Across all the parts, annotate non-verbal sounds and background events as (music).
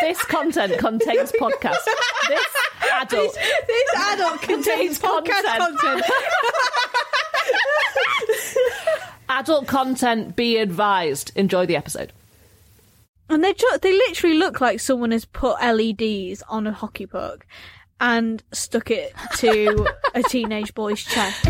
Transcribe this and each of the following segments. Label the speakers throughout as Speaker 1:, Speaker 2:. Speaker 1: This content contains podcast. This adult.
Speaker 2: This, (laughs) this adult contains podcast
Speaker 1: content.
Speaker 2: content.
Speaker 1: Adult content be advised. Enjoy the episode.
Speaker 2: And (laughs) they ju- they literally look like someone has put LEDs on a hockey puck and stuck it to a teenage boy's chest.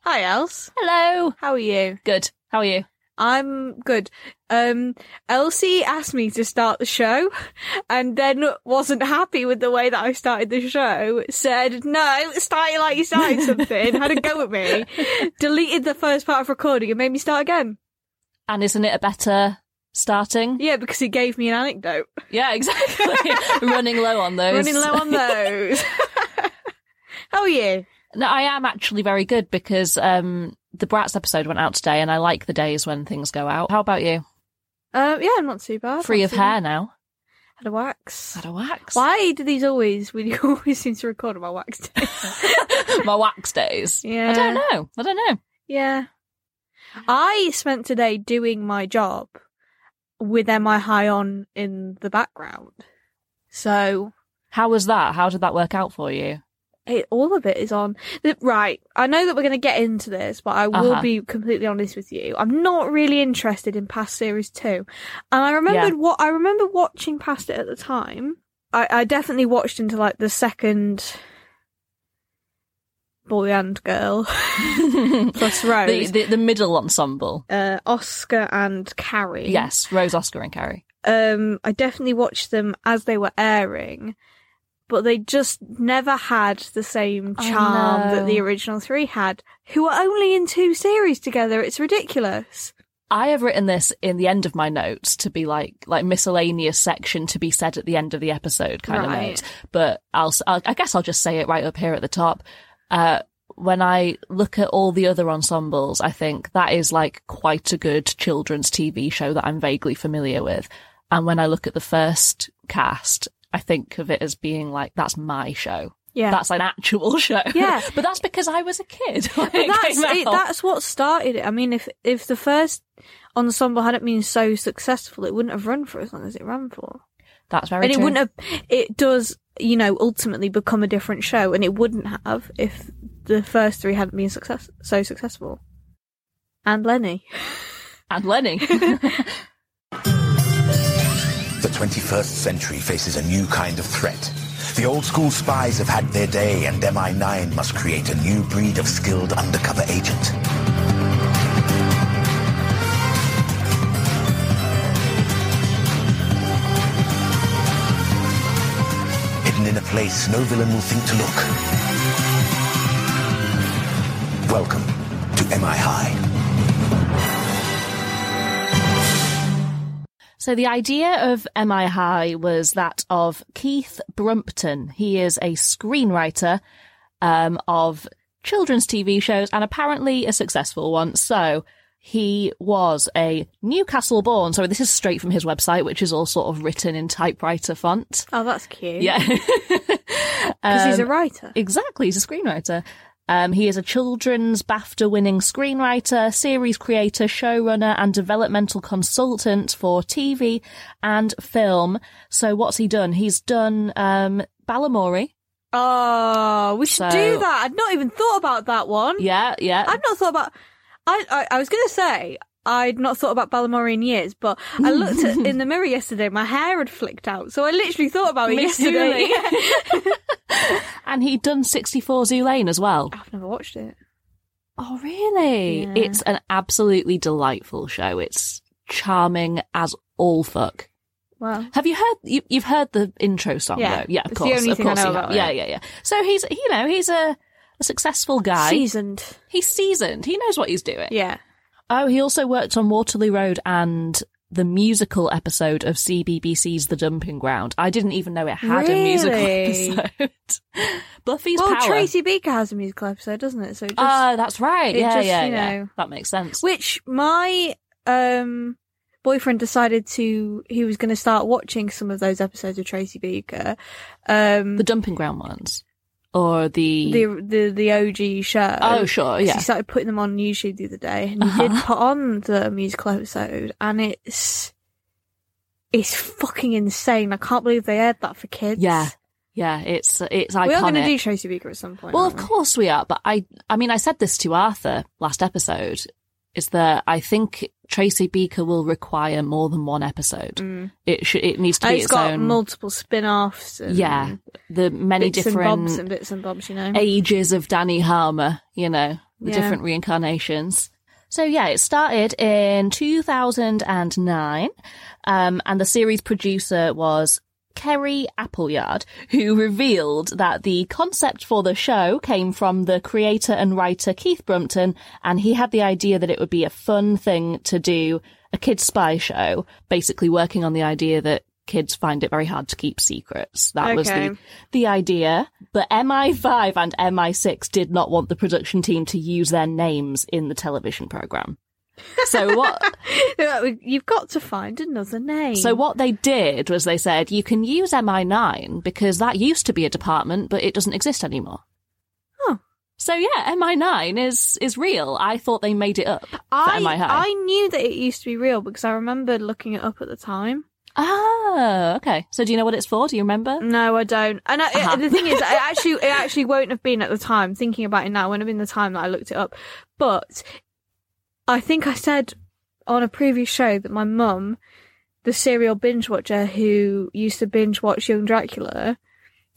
Speaker 2: Hi, Els.
Speaker 1: Hello.
Speaker 2: How are you?
Speaker 1: Good. How are you?
Speaker 2: I'm good. Um, Elsie asked me to start the show and then wasn't happy with the way that I started the show. Said, no, start it like you
Speaker 1: (laughs)
Speaker 2: started something. Had a go at me. Deleted the first part of recording and made me start again.
Speaker 1: And isn't it a better starting?
Speaker 2: Yeah, because he gave me an anecdote.
Speaker 1: Yeah,
Speaker 2: (laughs)
Speaker 1: exactly. Running low on
Speaker 2: (laughs)
Speaker 1: those.
Speaker 2: Running low on those. (laughs) How are you?
Speaker 1: No, I am actually very good because um, the Brats episode went out today, and I like the days when things go out. How about you?
Speaker 2: Um, yeah, I'm not too bad.
Speaker 1: Free
Speaker 2: Not
Speaker 1: of
Speaker 2: too
Speaker 1: hair
Speaker 2: bad.
Speaker 1: now. (laughs)
Speaker 2: Had a wax.
Speaker 1: Had a wax.
Speaker 2: Why do these always, we (laughs) always seem to record on my wax day?
Speaker 1: My wax days.
Speaker 2: Yeah.
Speaker 1: I don't know. I don't know.
Speaker 2: Yeah. I spent today doing my job with MI High on in the background. So
Speaker 1: How was that? How did that work out for you?
Speaker 2: it, all of it is on. th- Right. I know that we're going to get into this, but I will
Speaker 1: Uh-huh.
Speaker 2: be completely honest with you. I'm not really interested in past series two. And I remembered what I remember watching past it at the time. I, I definitely watched into like the second boy and
Speaker 1: (laughs)
Speaker 2: girl
Speaker 1: the,
Speaker 2: plus Rose.
Speaker 1: the the middle ensemble.
Speaker 2: uh, Oscar and Carrie.
Speaker 1: Yes, Rose, Oscar, and Carrie.
Speaker 2: Um, I definitely watched them as they were airing, but they just never had the same
Speaker 1: I
Speaker 2: charm that
Speaker 1: know.
Speaker 2: the original three had, who are only in two series together. It's ridiculous.
Speaker 1: I have written this in the end of my notes to be like like miscellaneous section to be said at the end of the episode kind of
Speaker 2: Right.
Speaker 1: note. But I'll, si guess I'll just say it right up here at the top. Uh, when I look at all the other ensembles, I think that is like quite a good children's TV show that I'm vaguely familiar with. And when I look at the first cast, I think of it as being like that's my show.
Speaker 2: Yeah.
Speaker 1: That's an actual (laughs) show.
Speaker 2: Yeah.
Speaker 1: but that's because (laughs) I was a kid. when
Speaker 2: But
Speaker 1: it
Speaker 2: that's
Speaker 1: came
Speaker 2: it,
Speaker 1: out.
Speaker 2: that's what started it. I mean, if if the first ensemble hadn't been so successful, it wouldn't have run for as long as it ran for,
Speaker 1: That's very
Speaker 2: and it
Speaker 1: true.
Speaker 2: wouldn't have. It does, you know, ultimately become a different show, and it wouldn't have if the first three hadn't been success so successful. And Lenny.
Speaker 1: (laughs) and Lenny.
Speaker 3: The 21st century faces a new kind of threat. The old school spies have had their day, and MI9 must create a new breed of skilled undercover agent. Hidden in a place no villain will think to look. Welcome to MI High.
Speaker 1: So the idea of MI High was that of Keith Brumpton. He is a screenwriter um, of children's TV shows and apparently a successful one. So he was a Newcastle born. So this is straight from his website, which is all sort of written in typewriter font.
Speaker 2: (laughs) Oh, that's cute.
Speaker 1: Yeah.
Speaker 2: because he's a writer.
Speaker 1: Um, Exactly, he's a screenwriter. Um, he is a children's BAFTA winning screenwriter, series creator, showrunner, and developmental consultant for TV and film. So, what's he done? He's done um, Balamori.
Speaker 2: Oh, we should
Speaker 1: So-
Speaker 2: do that. I'd not even thought about that one.
Speaker 1: Yeah, yeah.
Speaker 2: I've not thought about. I I, I was going to say I'd not thought about Balamori in years, but I looked at, in the mirror yesterday. My hair had flicked out, so I literally thought about it
Speaker 1: (laughs) Me too,
Speaker 2: yesterday.
Speaker 1: (laughs) and he'd done 64 Zulane as well.
Speaker 2: (laughs) I've never watched it.
Speaker 1: Oh, really?
Speaker 2: Yeah.
Speaker 1: It's an absolutely delightful show. It's charming as all fuck.
Speaker 2: Wow.
Speaker 1: Have you heard? You, you've heard the intro song
Speaker 2: Yeah.
Speaker 1: though. Yeah, of
Speaker 2: It's the
Speaker 1: course.
Speaker 2: only
Speaker 1: of
Speaker 2: thing I
Speaker 1: course
Speaker 2: know
Speaker 1: you have.
Speaker 2: about
Speaker 1: Yeah,
Speaker 2: it.
Speaker 1: yeah, yeah. So he's, you know, he's a, a successful guy.
Speaker 2: Seasoned.
Speaker 1: he's seasoned. He knows what he's doing.
Speaker 2: Yeah.
Speaker 1: Oh, he also worked on Waterloo Road and the musical episode of CBBC's The Dumping Ground. I didn't even know it had a musical (laughs)
Speaker 2: Really?
Speaker 1: episode. (laughs) Buffy's
Speaker 2: well,
Speaker 1: Power.
Speaker 2: Tracy Beaker has a musical episode, doesn't it? So it just
Speaker 1: Ah, that's right.
Speaker 2: it
Speaker 1: Yeah,
Speaker 2: just,
Speaker 1: yeah,
Speaker 2: you
Speaker 1: yeah.
Speaker 2: know-
Speaker 1: That makes sense.
Speaker 2: which my um boyfriend decided to he was going to start watching some of those episodes of Tracy Beaker, um,
Speaker 1: The
Speaker 2: the
Speaker 1: dumping ground ones, or the,
Speaker 2: the the OG show.
Speaker 1: oh sure,
Speaker 2: So
Speaker 1: yeah, Uh-huh.
Speaker 2: He started putting them on YouTube the other day, and he did put on the musical episode, and it's it's fucking insane. I can't believe they aired that for kids.
Speaker 1: yeah, yeah. It's it's iconic.
Speaker 2: we are going to do Tracy Beaker at some point.
Speaker 1: Well, of
Speaker 2: aren't we?
Speaker 1: course we are, but I I mean I said this to Arthur last episode is that I think Tracy Beaker will require more than one episode.
Speaker 2: Mm.
Speaker 1: It should it needs to
Speaker 2: And Oh,
Speaker 1: be
Speaker 2: it's
Speaker 1: its
Speaker 2: got
Speaker 1: own
Speaker 2: multiple spin-offs. And
Speaker 1: um, Yeah, the many
Speaker 2: bits and bobs
Speaker 1: different
Speaker 2: and bits and bobs. You know,
Speaker 1: ages of Danny Harmer, you know, the
Speaker 2: Yeah.
Speaker 1: different reincarnations. So yeah, it started in 2009 um, and the series producer was Kerry Appleyard, who revealed that the concept for the show came from the creator and writer Keith Brumpton, and he had the idea that it would be a fun thing to do a kids' spy show, basically working on the idea that kids find it very hard to keep secrets. That was the,
Speaker 2: Okay.
Speaker 1: the idea. But MI5 and MI6 did not want the production team to use their names in the television program. So what
Speaker 2: (laughs) You've got to find another name.
Speaker 1: So what they did was they said you can use MI9 because that used to be a department, but it doesn't exist anymore.
Speaker 2: Huh.
Speaker 1: So yeah, MI9 is is real. I thought they made it up.
Speaker 2: I
Speaker 1: am I high?
Speaker 2: I knew that it used to be real because I remember looking it up at the time.
Speaker 1: Ah, okay. So do you know what it's for? Do you remember?
Speaker 2: No, I don't. And I,
Speaker 1: Uh-huh.
Speaker 2: the thing is, I actually it actually won't have been at the time. Thinking about it now, it won't have been the time that I looked it up. But I think I said on a previous show that my mum, the serial binge watcher who used to binge watch Young Dracula,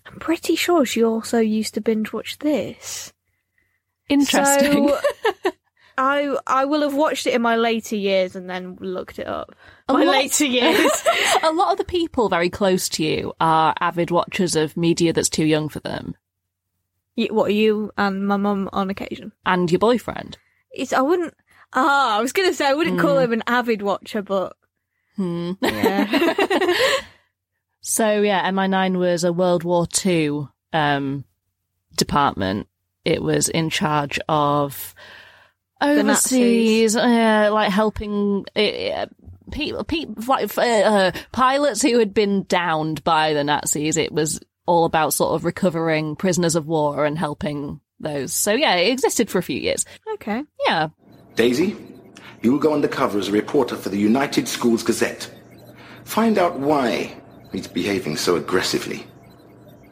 Speaker 2: I'm pretty sure she also used to binge watch this.
Speaker 1: Interesting.
Speaker 2: So, I I will have watched it in my later years and then looked it up.
Speaker 1: A
Speaker 2: my
Speaker 1: lot- (laughs)
Speaker 2: later years.
Speaker 1: a lot of the people very close to you are avid watchers of media that's too young for them,
Speaker 2: You- what you and my mum on occasion?
Speaker 1: and your boyfriend.
Speaker 2: It's I wouldn't. Ah, I was gonna say I wouldn't call him an avid watcher, but
Speaker 1: Hmm.
Speaker 2: yeah.
Speaker 1: (laughs) So yeah, MI9 was a World War II um, department. It was in charge of overseas, uh, like helping uh, people, people like, uh, uh, pilots who had been downed by the Nazis. It was all about sort of recovering prisoners of war and helping those. So yeah, it existed for a few years.
Speaker 2: okay.
Speaker 1: Yeah,
Speaker 3: Daisy, you will go undercover as a reporter for the United Schools Gazette. Find out why he's behaving so aggressively.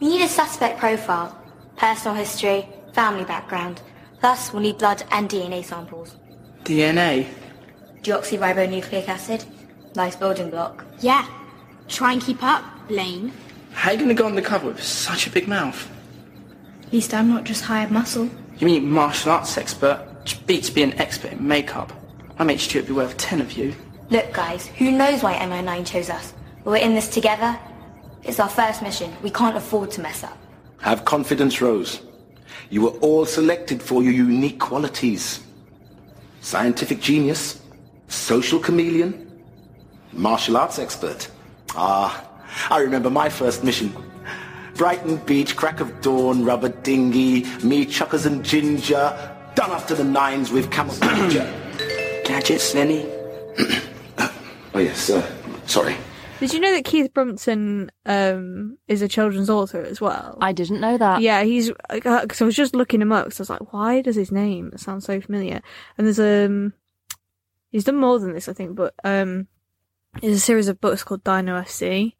Speaker 4: We need a suspect profile, personal history, family background. Thus, we'll need blood and DNA samples.
Speaker 5: DNA.
Speaker 4: Deoxyribonucleic acid. Nice building block. Yeah. Try and keep up, Lane.
Speaker 5: How you gonna go undercover with such a big mouth?
Speaker 4: At least I'm not just hired muscle.
Speaker 5: You mean martial arts expert? Which beats being an expert in makeup. I make sure it'd be worth ten of you.
Speaker 4: Look, guys, who knows why MI9 chose us? We're in this together. It's our first mission. We can't afford to mess up.
Speaker 3: Have confidence, Rose. You were all selected for your unique qualities. Scientific genius, social chameleon, martial arts expert. Ah, I remember my first mission. Brighton Beach, crack of dawn, rubber dinghy, me, Chuckers and Ginger, done up to the nines with (coughs) camouflage.
Speaker 5: Gadgets, Lenny.
Speaker 3: oh yes, uh, sorry.
Speaker 2: Did you know that Keith Brumpton um, is a children's author as well?
Speaker 1: I didn't know that.
Speaker 2: yeah, he's because I was just looking him up because I was like, why does his name sound so familiar? And there's um, he's done more than this, I think, but um, there's a series of books called Dino FC,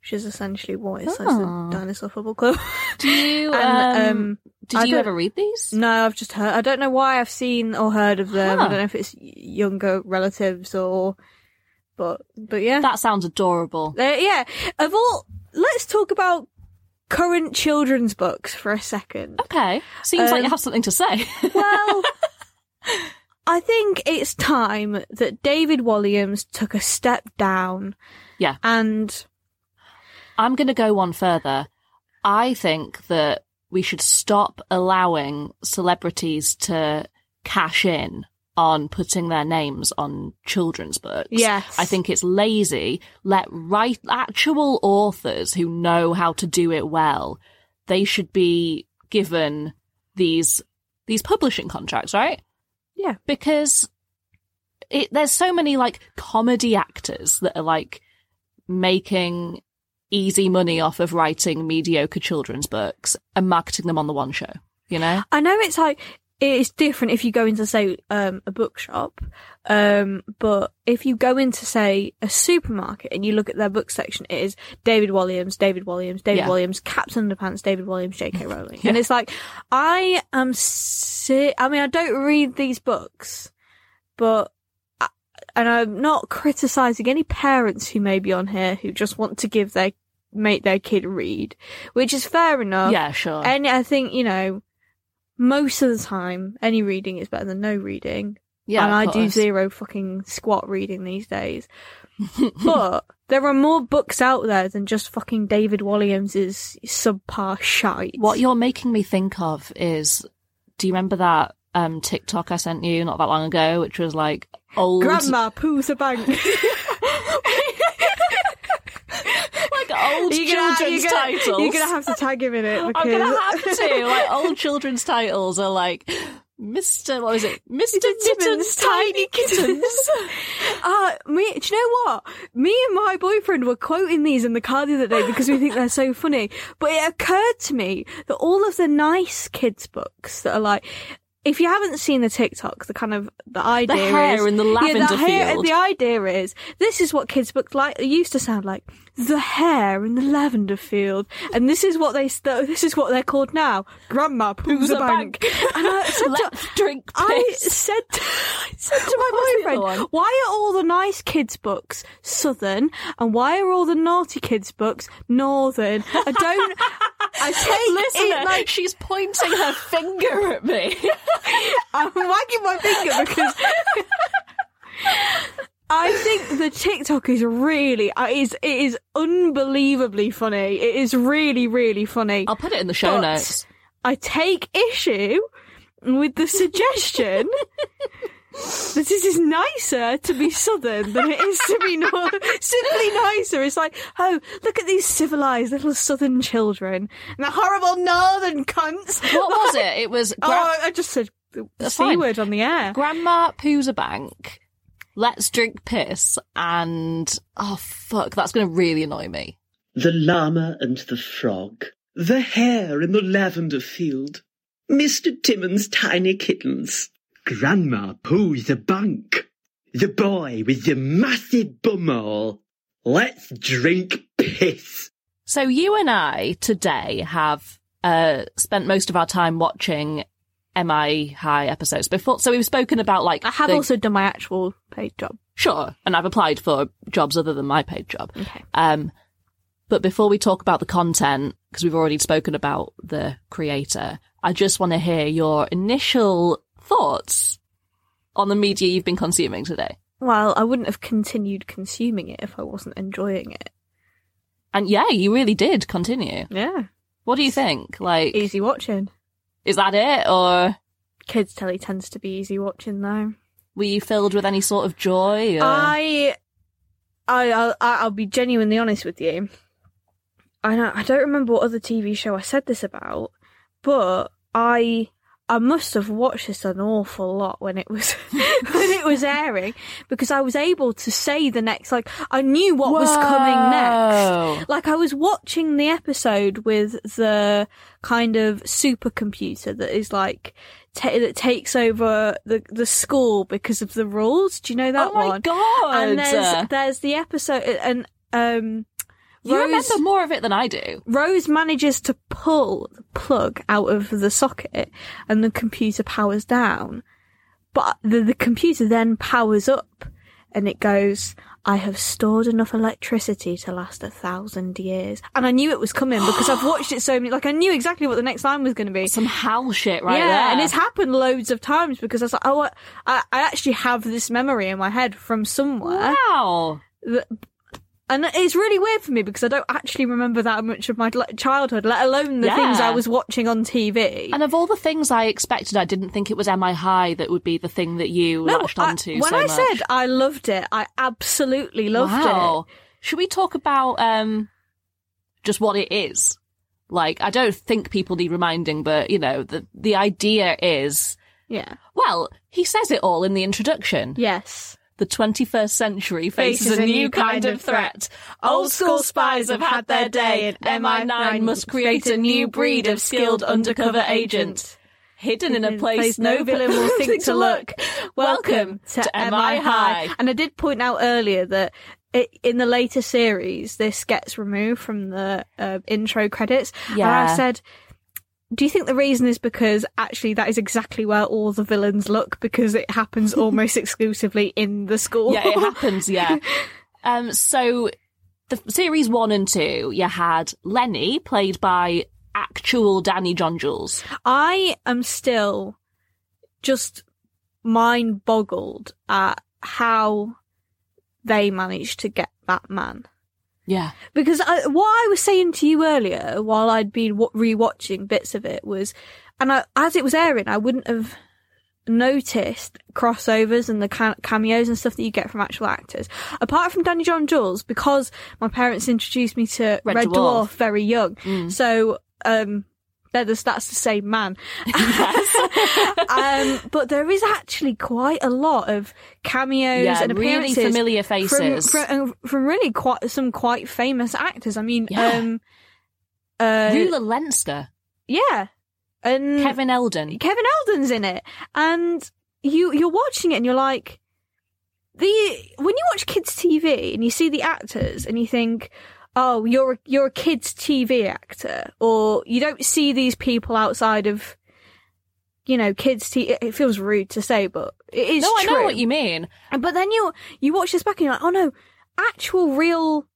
Speaker 2: which is essentially what it's like the
Speaker 1: Oh.
Speaker 2: dinosaur football club.
Speaker 1: (laughs) Do you?
Speaker 2: (laughs) And,
Speaker 1: um,
Speaker 2: um,
Speaker 1: did
Speaker 2: I
Speaker 1: you
Speaker 2: don't-
Speaker 1: ever read these?
Speaker 2: No, I've just heard. I don't know why I've seen or heard of them.
Speaker 1: Huh.
Speaker 2: I don't know if it's y- younger relatives or, but but yeah,
Speaker 1: That sounds adorable.
Speaker 2: Uh, yeah. Of all, let's talk about current children's books for a second.
Speaker 1: Okay. Seems like you
Speaker 2: Um,
Speaker 1: have something to say. (laughs)
Speaker 2: Well. I think it's time that David Williams took a step down.
Speaker 1: Yeah.
Speaker 2: And
Speaker 1: I'm going to go one further. I think that we should stop allowing celebrities to cash in on putting their names on children's books.
Speaker 2: Yes.
Speaker 1: I think it's lazy. Let write actual authors who know how to do it well. They should be given these these publishing contracts, right?
Speaker 2: Yeah.
Speaker 1: Because it, there's so many like comedy actors that are like making easy money off of writing mediocre children's books and marketing them on the one show. You know,
Speaker 2: I know it's like it's different if you go into say um, a bookshop, um, but if you go into say a supermarket and you look at their book section, it is David Williams, David Williams, David
Speaker 1: Yeah.
Speaker 2: Williams, Captain Underpants, David Williams, J.K. Rowling, and
Speaker 1: (laughs) Yeah.
Speaker 2: it's like I am si- I mean, I don't read these books, but. I- And I'm not criticizing any parents who may be on here who just want to give their make their kid read, which is fair enough.
Speaker 1: yeah, sure.
Speaker 2: And I think, you know, most of the time, any reading is better than no reading.
Speaker 1: yeah,
Speaker 2: and
Speaker 1: of
Speaker 2: I do
Speaker 1: course.
Speaker 2: zero fucking squat reading these
Speaker 1: (laughs)
Speaker 2: days. but there are more books out there than just fucking David Williams's subpar shite.
Speaker 1: What you're making me think of is, do you remember that um, TikTok I sent you not that long ago, which was like old,
Speaker 2: Grandma poos a bank.
Speaker 1: like oh. old
Speaker 2: You're gonna-
Speaker 1: children's
Speaker 2: you're gonna-
Speaker 1: titles?
Speaker 2: You're gonna have to tag him in it. Because...
Speaker 1: (laughs) I'm gonna have
Speaker 2: (laughs)
Speaker 1: to. Like old children's titles are like Mr. What was it? Mr. Titten's tiny kittens.
Speaker 2: (laughs) Uh, me, do you know what? Me and my boyfriend were quoting these in the car the other day because we think they're so funny. But it occurred to me that all of the nice kids' books that are like, if you haven't seen the TikTok, the kind of the idea
Speaker 1: hair
Speaker 2: is
Speaker 1: in the
Speaker 2: yeah,
Speaker 1: lavender
Speaker 2: the hair,
Speaker 1: field.
Speaker 2: The idea is this is what kids' books like used to sound like: the hair in the lavender field, and this is what they st- this is what they're called now. Grandma poos a bank. And I said to-
Speaker 1: Let's drink
Speaker 2: I
Speaker 1: piss.
Speaker 2: said, I said
Speaker 1: (laughs)
Speaker 2: to
Speaker 1: was the
Speaker 2: my
Speaker 1: other
Speaker 2: boyfriend,
Speaker 1: one?
Speaker 2: why are all the nice kids' books southern and why are all the naughty kids' books northern? I don't. (laughs) I take
Speaker 1: Listener,
Speaker 2: it like
Speaker 1: she's pointing
Speaker 2: (laughs)
Speaker 1: her finger at me.
Speaker 2: I'm wagging my finger because. I think the TikTok is really it is it is unbelievably funny. It is really really funny.
Speaker 1: I'll put it in the show
Speaker 2: But-
Speaker 1: notes.
Speaker 2: I take issue with the suggestion that it is nicer to be southern than it is to be north. (laughs) Simply nicer. It's like, oh, look at these civilized little southern children and the horrible northern cunts.
Speaker 1: What
Speaker 2: (laughs)
Speaker 1: was it? It was gra-
Speaker 2: Oh, I just said the
Speaker 1: That's
Speaker 2: c
Speaker 1: fine.
Speaker 2: word on the air.
Speaker 1: Grandma poos a bank. Let's drink piss and oh fuck, that's gonna really annoy me.
Speaker 6: the llama and the frog, the hare in the lavender field, Mr. Timmons' tiny kittens, Grandma Pooh the bunk, the boy with the massive bumhole. Let's drink piss.
Speaker 1: So you and I today have uh, spent most of our time watching MI High episodes before. So we've spoken about like
Speaker 2: I have
Speaker 1: the-
Speaker 2: also done my actual paid job.
Speaker 1: sure, and I've applied for jobs other than my paid job.
Speaker 2: Okay.
Speaker 1: Um, but before we talk about the content, because we've already spoken about the creator, I just want to hear your initial thoughts on the media you've been consuming today.
Speaker 2: Well, I wouldn't have continued consuming it if I wasn't enjoying it.
Speaker 1: And yeah, you really did continue.
Speaker 2: Yeah.
Speaker 1: What do you think? Like,
Speaker 2: Easy watching.
Speaker 1: is that it, or
Speaker 2: Kids telly tends to be easy watching though.
Speaker 1: were you filled with any sort of joy? Or...
Speaker 2: I, I, I'll, I'll be genuinely honest with you. I don't, I don't remember what other TV show I said this about, but I, I must have watched this an awful lot when it was, (laughs) when it was airing, because I was able to say the next, like I knew what was coming next.
Speaker 1: Whoa.
Speaker 2: Like I was watching the episode with the kind of supercomputer that is like ta- that takes over the the school because of the rules. Do you know that
Speaker 1: oh my
Speaker 2: one?
Speaker 1: god!
Speaker 2: And there's there's the episode and um
Speaker 1: you
Speaker 2: Rose
Speaker 1: remember more of it than I do.
Speaker 2: Rose manages to pull the plug out of the socket and the computer powers down. But the, the computer then powers up and it goes, I have stored enough electricity to last a thousand years. And I knew it was coming because
Speaker 1: (gasps)
Speaker 2: I've watched it so many, like I knew exactly what the next line was going to be.
Speaker 1: Some howl shit right
Speaker 2: yeah,
Speaker 1: there.
Speaker 2: and it's happened loads of times because I was like, oh, I, I I actually have this memory in my head from somewhere.
Speaker 1: wow.
Speaker 2: And it's really weird for me because I don't actually remember that much of my like, childhood, let alone the
Speaker 1: Yeah.
Speaker 2: things I was watching on TV.
Speaker 1: And of all the things I expected, I didn't think it was MI High that would be the thing that you latched
Speaker 2: I-
Speaker 1: onto.
Speaker 2: when
Speaker 1: so
Speaker 2: I
Speaker 1: much.
Speaker 2: said I loved it, I absolutely loved
Speaker 1: wow.
Speaker 2: it.
Speaker 1: Should we talk about um, just what it is? Like, I don't think people need reminding, but you know, the the idea is
Speaker 2: Yeah.
Speaker 1: well, he says it all in the introduction.
Speaker 2: Yes.
Speaker 1: The 21st century faces a new kind of threat. Old school spies have had their day, and MI9 must create a new breed of skilled undercover agent. Hidden in a place no villain (laughs) will think to look. Welcome to MI High.
Speaker 2: And I did point out earlier that i in the later series, this gets removed from the uh, intro credits. And
Speaker 1: Yeah.
Speaker 2: I said, do you think the reason is because actually that is exactly where all the villains look because it
Speaker 1: (laughs)
Speaker 2: happens almost exclusively in the school?
Speaker 1: yeah, it happens. Yeah. Um. So, the series one and two, you had Lenny played by actual Danny John Jules.
Speaker 2: I am still just mind boggled at how they managed to get that man.
Speaker 4: (laughs)
Speaker 1: Yeah.
Speaker 2: Because I, what I was saying to you earlier, while I'd been wa- rewatching bits of it, was, and I, as it was airing, I wouldn't have noticed crossovers and the ca- cameos and stuff that you get from actual actors. Apart from Danny John Jules, because my parents introduced me to Red,
Speaker 1: Red
Speaker 2: Dwarf.
Speaker 1: Dwarf. Mm.
Speaker 2: very young, so um, they're the, that's the same
Speaker 1: (laughs)
Speaker 2: man. um, but there is actually quite a lot of cameos
Speaker 1: Yeah,
Speaker 2: and
Speaker 1: really
Speaker 2: appearances
Speaker 1: familiar
Speaker 2: from-
Speaker 1: faces.
Speaker 2: from, and uh, from really quite some quite famous actors. I mean,
Speaker 1: Yeah.
Speaker 2: um, uh,
Speaker 1: Rula Lenska,
Speaker 2: yeah, and
Speaker 1: Kevin Eldon.
Speaker 2: Kevin Eldon's in it, and you you're watching it and you're like, the when you watch kids TV and you see the actors and you think, oh, you're a, you're a kids TV actor, or you don't see these people outside of, you know, kids. T- it feels rude to say, but it is.
Speaker 1: No, I
Speaker 2: true.
Speaker 1: know what you mean.
Speaker 2: But then you you watch this back and you're like, oh no, actual real.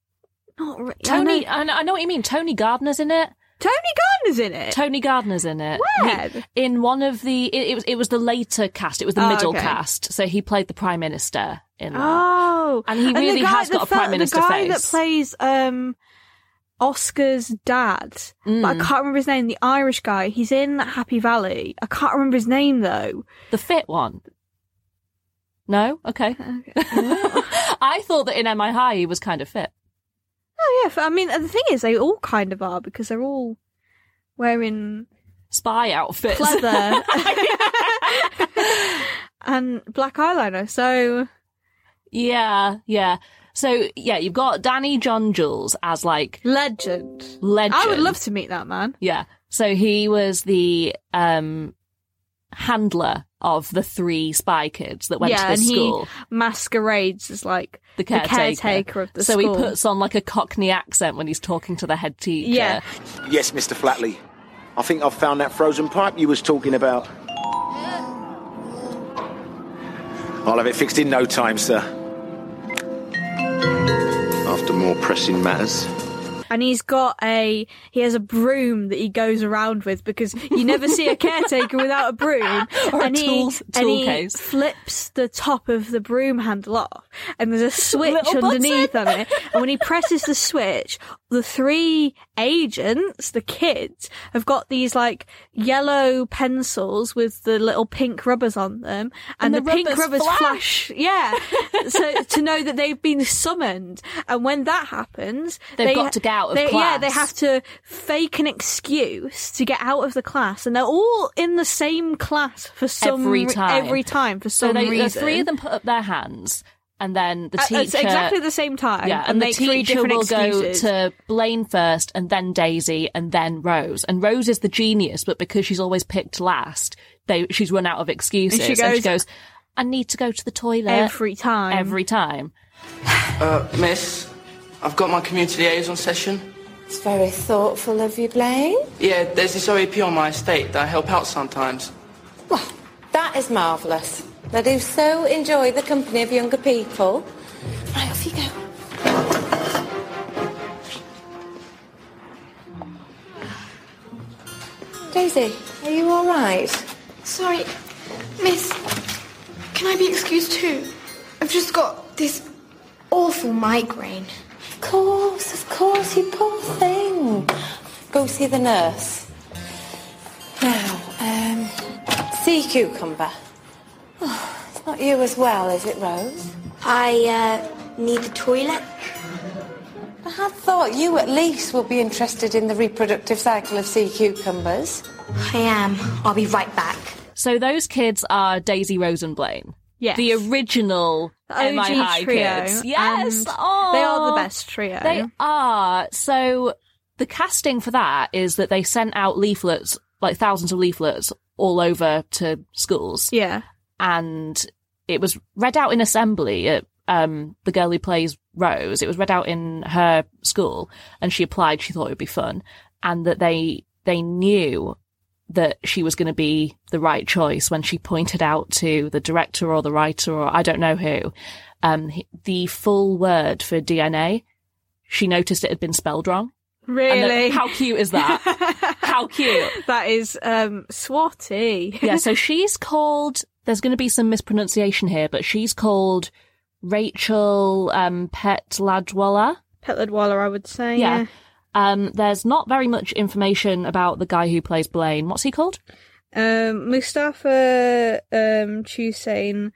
Speaker 2: Not re- I know-
Speaker 1: Tony, I know, I know what you mean. Tony Gardner's in it.
Speaker 2: Tony Gardner's in it.
Speaker 1: Tony Gardner's in it.
Speaker 2: Where?
Speaker 1: He- in one of the, it, it was it was the later cast. It was the
Speaker 2: Oh,
Speaker 1: middle
Speaker 2: okay.
Speaker 1: cast. So he played the prime minister in that.
Speaker 2: Oh,
Speaker 1: And he really has got a
Speaker 2: fe-
Speaker 1: Prime Minister
Speaker 2: The guy that
Speaker 1: face.
Speaker 2: plays um, Oscar's dad, but
Speaker 1: Mm.
Speaker 2: I can't remember his name. The Irish guy. He's in Happy Valley. I can't remember his name though.
Speaker 1: The fit one. No?
Speaker 2: (laughs)
Speaker 1: Okay. I thought that in MI High he was kind of fit.
Speaker 2: Oh yeah, f- I mean the thing is, they all kind of are because they're all wearing
Speaker 1: Spy outfits. (laughs)
Speaker 2: pleather and black eyeliner. So
Speaker 1: yeah, yeah. So yeah, you've got Danny John Jules as like
Speaker 2: legend.
Speaker 1: legend.
Speaker 2: I would love to meet that man.
Speaker 1: Yeah. So he was the um handler of the three spy kids that went
Speaker 2: yeah,
Speaker 1: to
Speaker 2: and
Speaker 1: this school.
Speaker 2: he masquerades as like
Speaker 1: the caretaker.
Speaker 2: caretaker of the
Speaker 1: so
Speaker 2: school.
Speaker 1: he puts on like a Cockney accent when he's talking to the head teacher.
Speaker 2: Yeah.
Speaker 3: Yes, Mr. Flatley. I think I've found that frozen pipe you was talking about. I'll have it fixed in no time, sir. After more pressing matters.
Speaker 2: and he's got a he has a broom that he goes around with because you never see a caretaker without a broom
Speaker 1: (laughs) Or a
Speaker 2: and he,
Speaker 1: tool-
Speaker 2: and
Speaker 1: tool
Speaker 2: he
Speaker 1: case.
Speaker 2: flips the top of the broom handle off and there's a switch
Speaker 1: (laughs) Little
Speaker 2: underneath on it and when he presses the switch the three agents the kids have got these like yellow pencils with the little pink rubbers on them and,
Speaker 1: And
Speaker 2: the,
Speaker 1: the
Speaker 2: pink
Speaker 1: rubbers
Speaker 2: rubbers
Speaker 1: flash.
Speaker 2: flash yeah. so to know that they've been summoned, and when that happens,
Speaker 1: They've
Speaker 2: they
Speaker 1: got to get out of
Speaker 2: they- Yeah,
Speaker 1: class.
Speaker 2: they have to fake an excuse to get out of the class, and they're all in the same class for some
Speaker 1: Every
Speaker 2: re-
Speaker 1: time.
Speaker 2: Every time for some
Speaker 1: So they, the
Speaker 2: reason.
Speaker 1: three of them put up their hands, and then the
Speaker 2: At-
Speaker 1: teacher
Speaker 2: at exactly the same time.
Speaker 1: yeah,
Speaker 2: and,
Speaker 1: and the
Speaker 2: make three
Speaker 1: teacher
Speaker 2: different
Speaker 1: will
Speaker 2: excuses.
Speaker 1: go to Blaine first, and then Daisy, and then Rose. And Rose is the genius, but because she's always picked last, they she's run out of excuses,
Speaker 2: And she goes-
Speaker 1: "I need to go to the toilet
Speaker 2: every time.
Speaker 1: every time."
Speaker 5: Uh, miss, I've got my community liaison session.
Speaker 7: (laughs) It's very thoughtful of you, Blaine.
Speaker 5: Yeah, there's this OEP on my estate that I help out sometimes.
Speaker 7: Well, that is marvellous. I do so enjoy the company of younger people. Right, off you go. Daisy, are you all right?
Speaker 8: Sorry, miss. Can I be excused too? I've just got this awful migraine.
Speaker 7: Of course, of course, you poor thing. Go see the nurse. Now, um, sea cucumber. Oh, it's not you as well, is it, Rose?
Speaker 4: I uh, need the toilet.
Speaker 7: I had thought you at least will be interested in the reproductive cycle of sea cucumbers.
Speaker 4: I am. I'll be right back.
Speaker 1: So those kids are Daisy, Rose, and Blaine.
Speaker 2: Yes.
Speaker 1: the original
Speaker 2: OG
Speaker 1: MI High
Speaker 2: trio.
Speaker 1: kids. Yes,
Speaker 2: and
Speaker 1: oh,
Speaker 2: they are the best trio.
Speaker 1: They are. So the casting for that is that they sent out leaflets, like thousands of leaflets, all over to schools,
Speaker 2: yeah.
Speaker 1: and it was read out in assembly at um, the girl who plays Rose. It was read out in her school, and she applied. She thought it would be fun, and that they they knew that she was going to be the right choice when she pointed out to the director or the writer or I don't know who um, h- the full word for DNA. She noticed it had been spelled wrong. And that-
Speaker 2: Really?
Speaker 1: how cute
Speaker 2: (laughs)
Speaker 1: is that? how cute.
Speaker 2: that is um swatty. (laughs)
Speaker 1: yeah, so she's called. There's going to be some mispronunciation here, but she's called Rachel um, Petladwala.
Speaker 2: Petlet Waller, I would say.
Speaker 1: Yeah.
Speaker 2: Yeah.
Speaker 1: Um, there's not very much information about the guy who plays Blaine. What's he called?
Speaker 2: Um, Mustafa um Chusain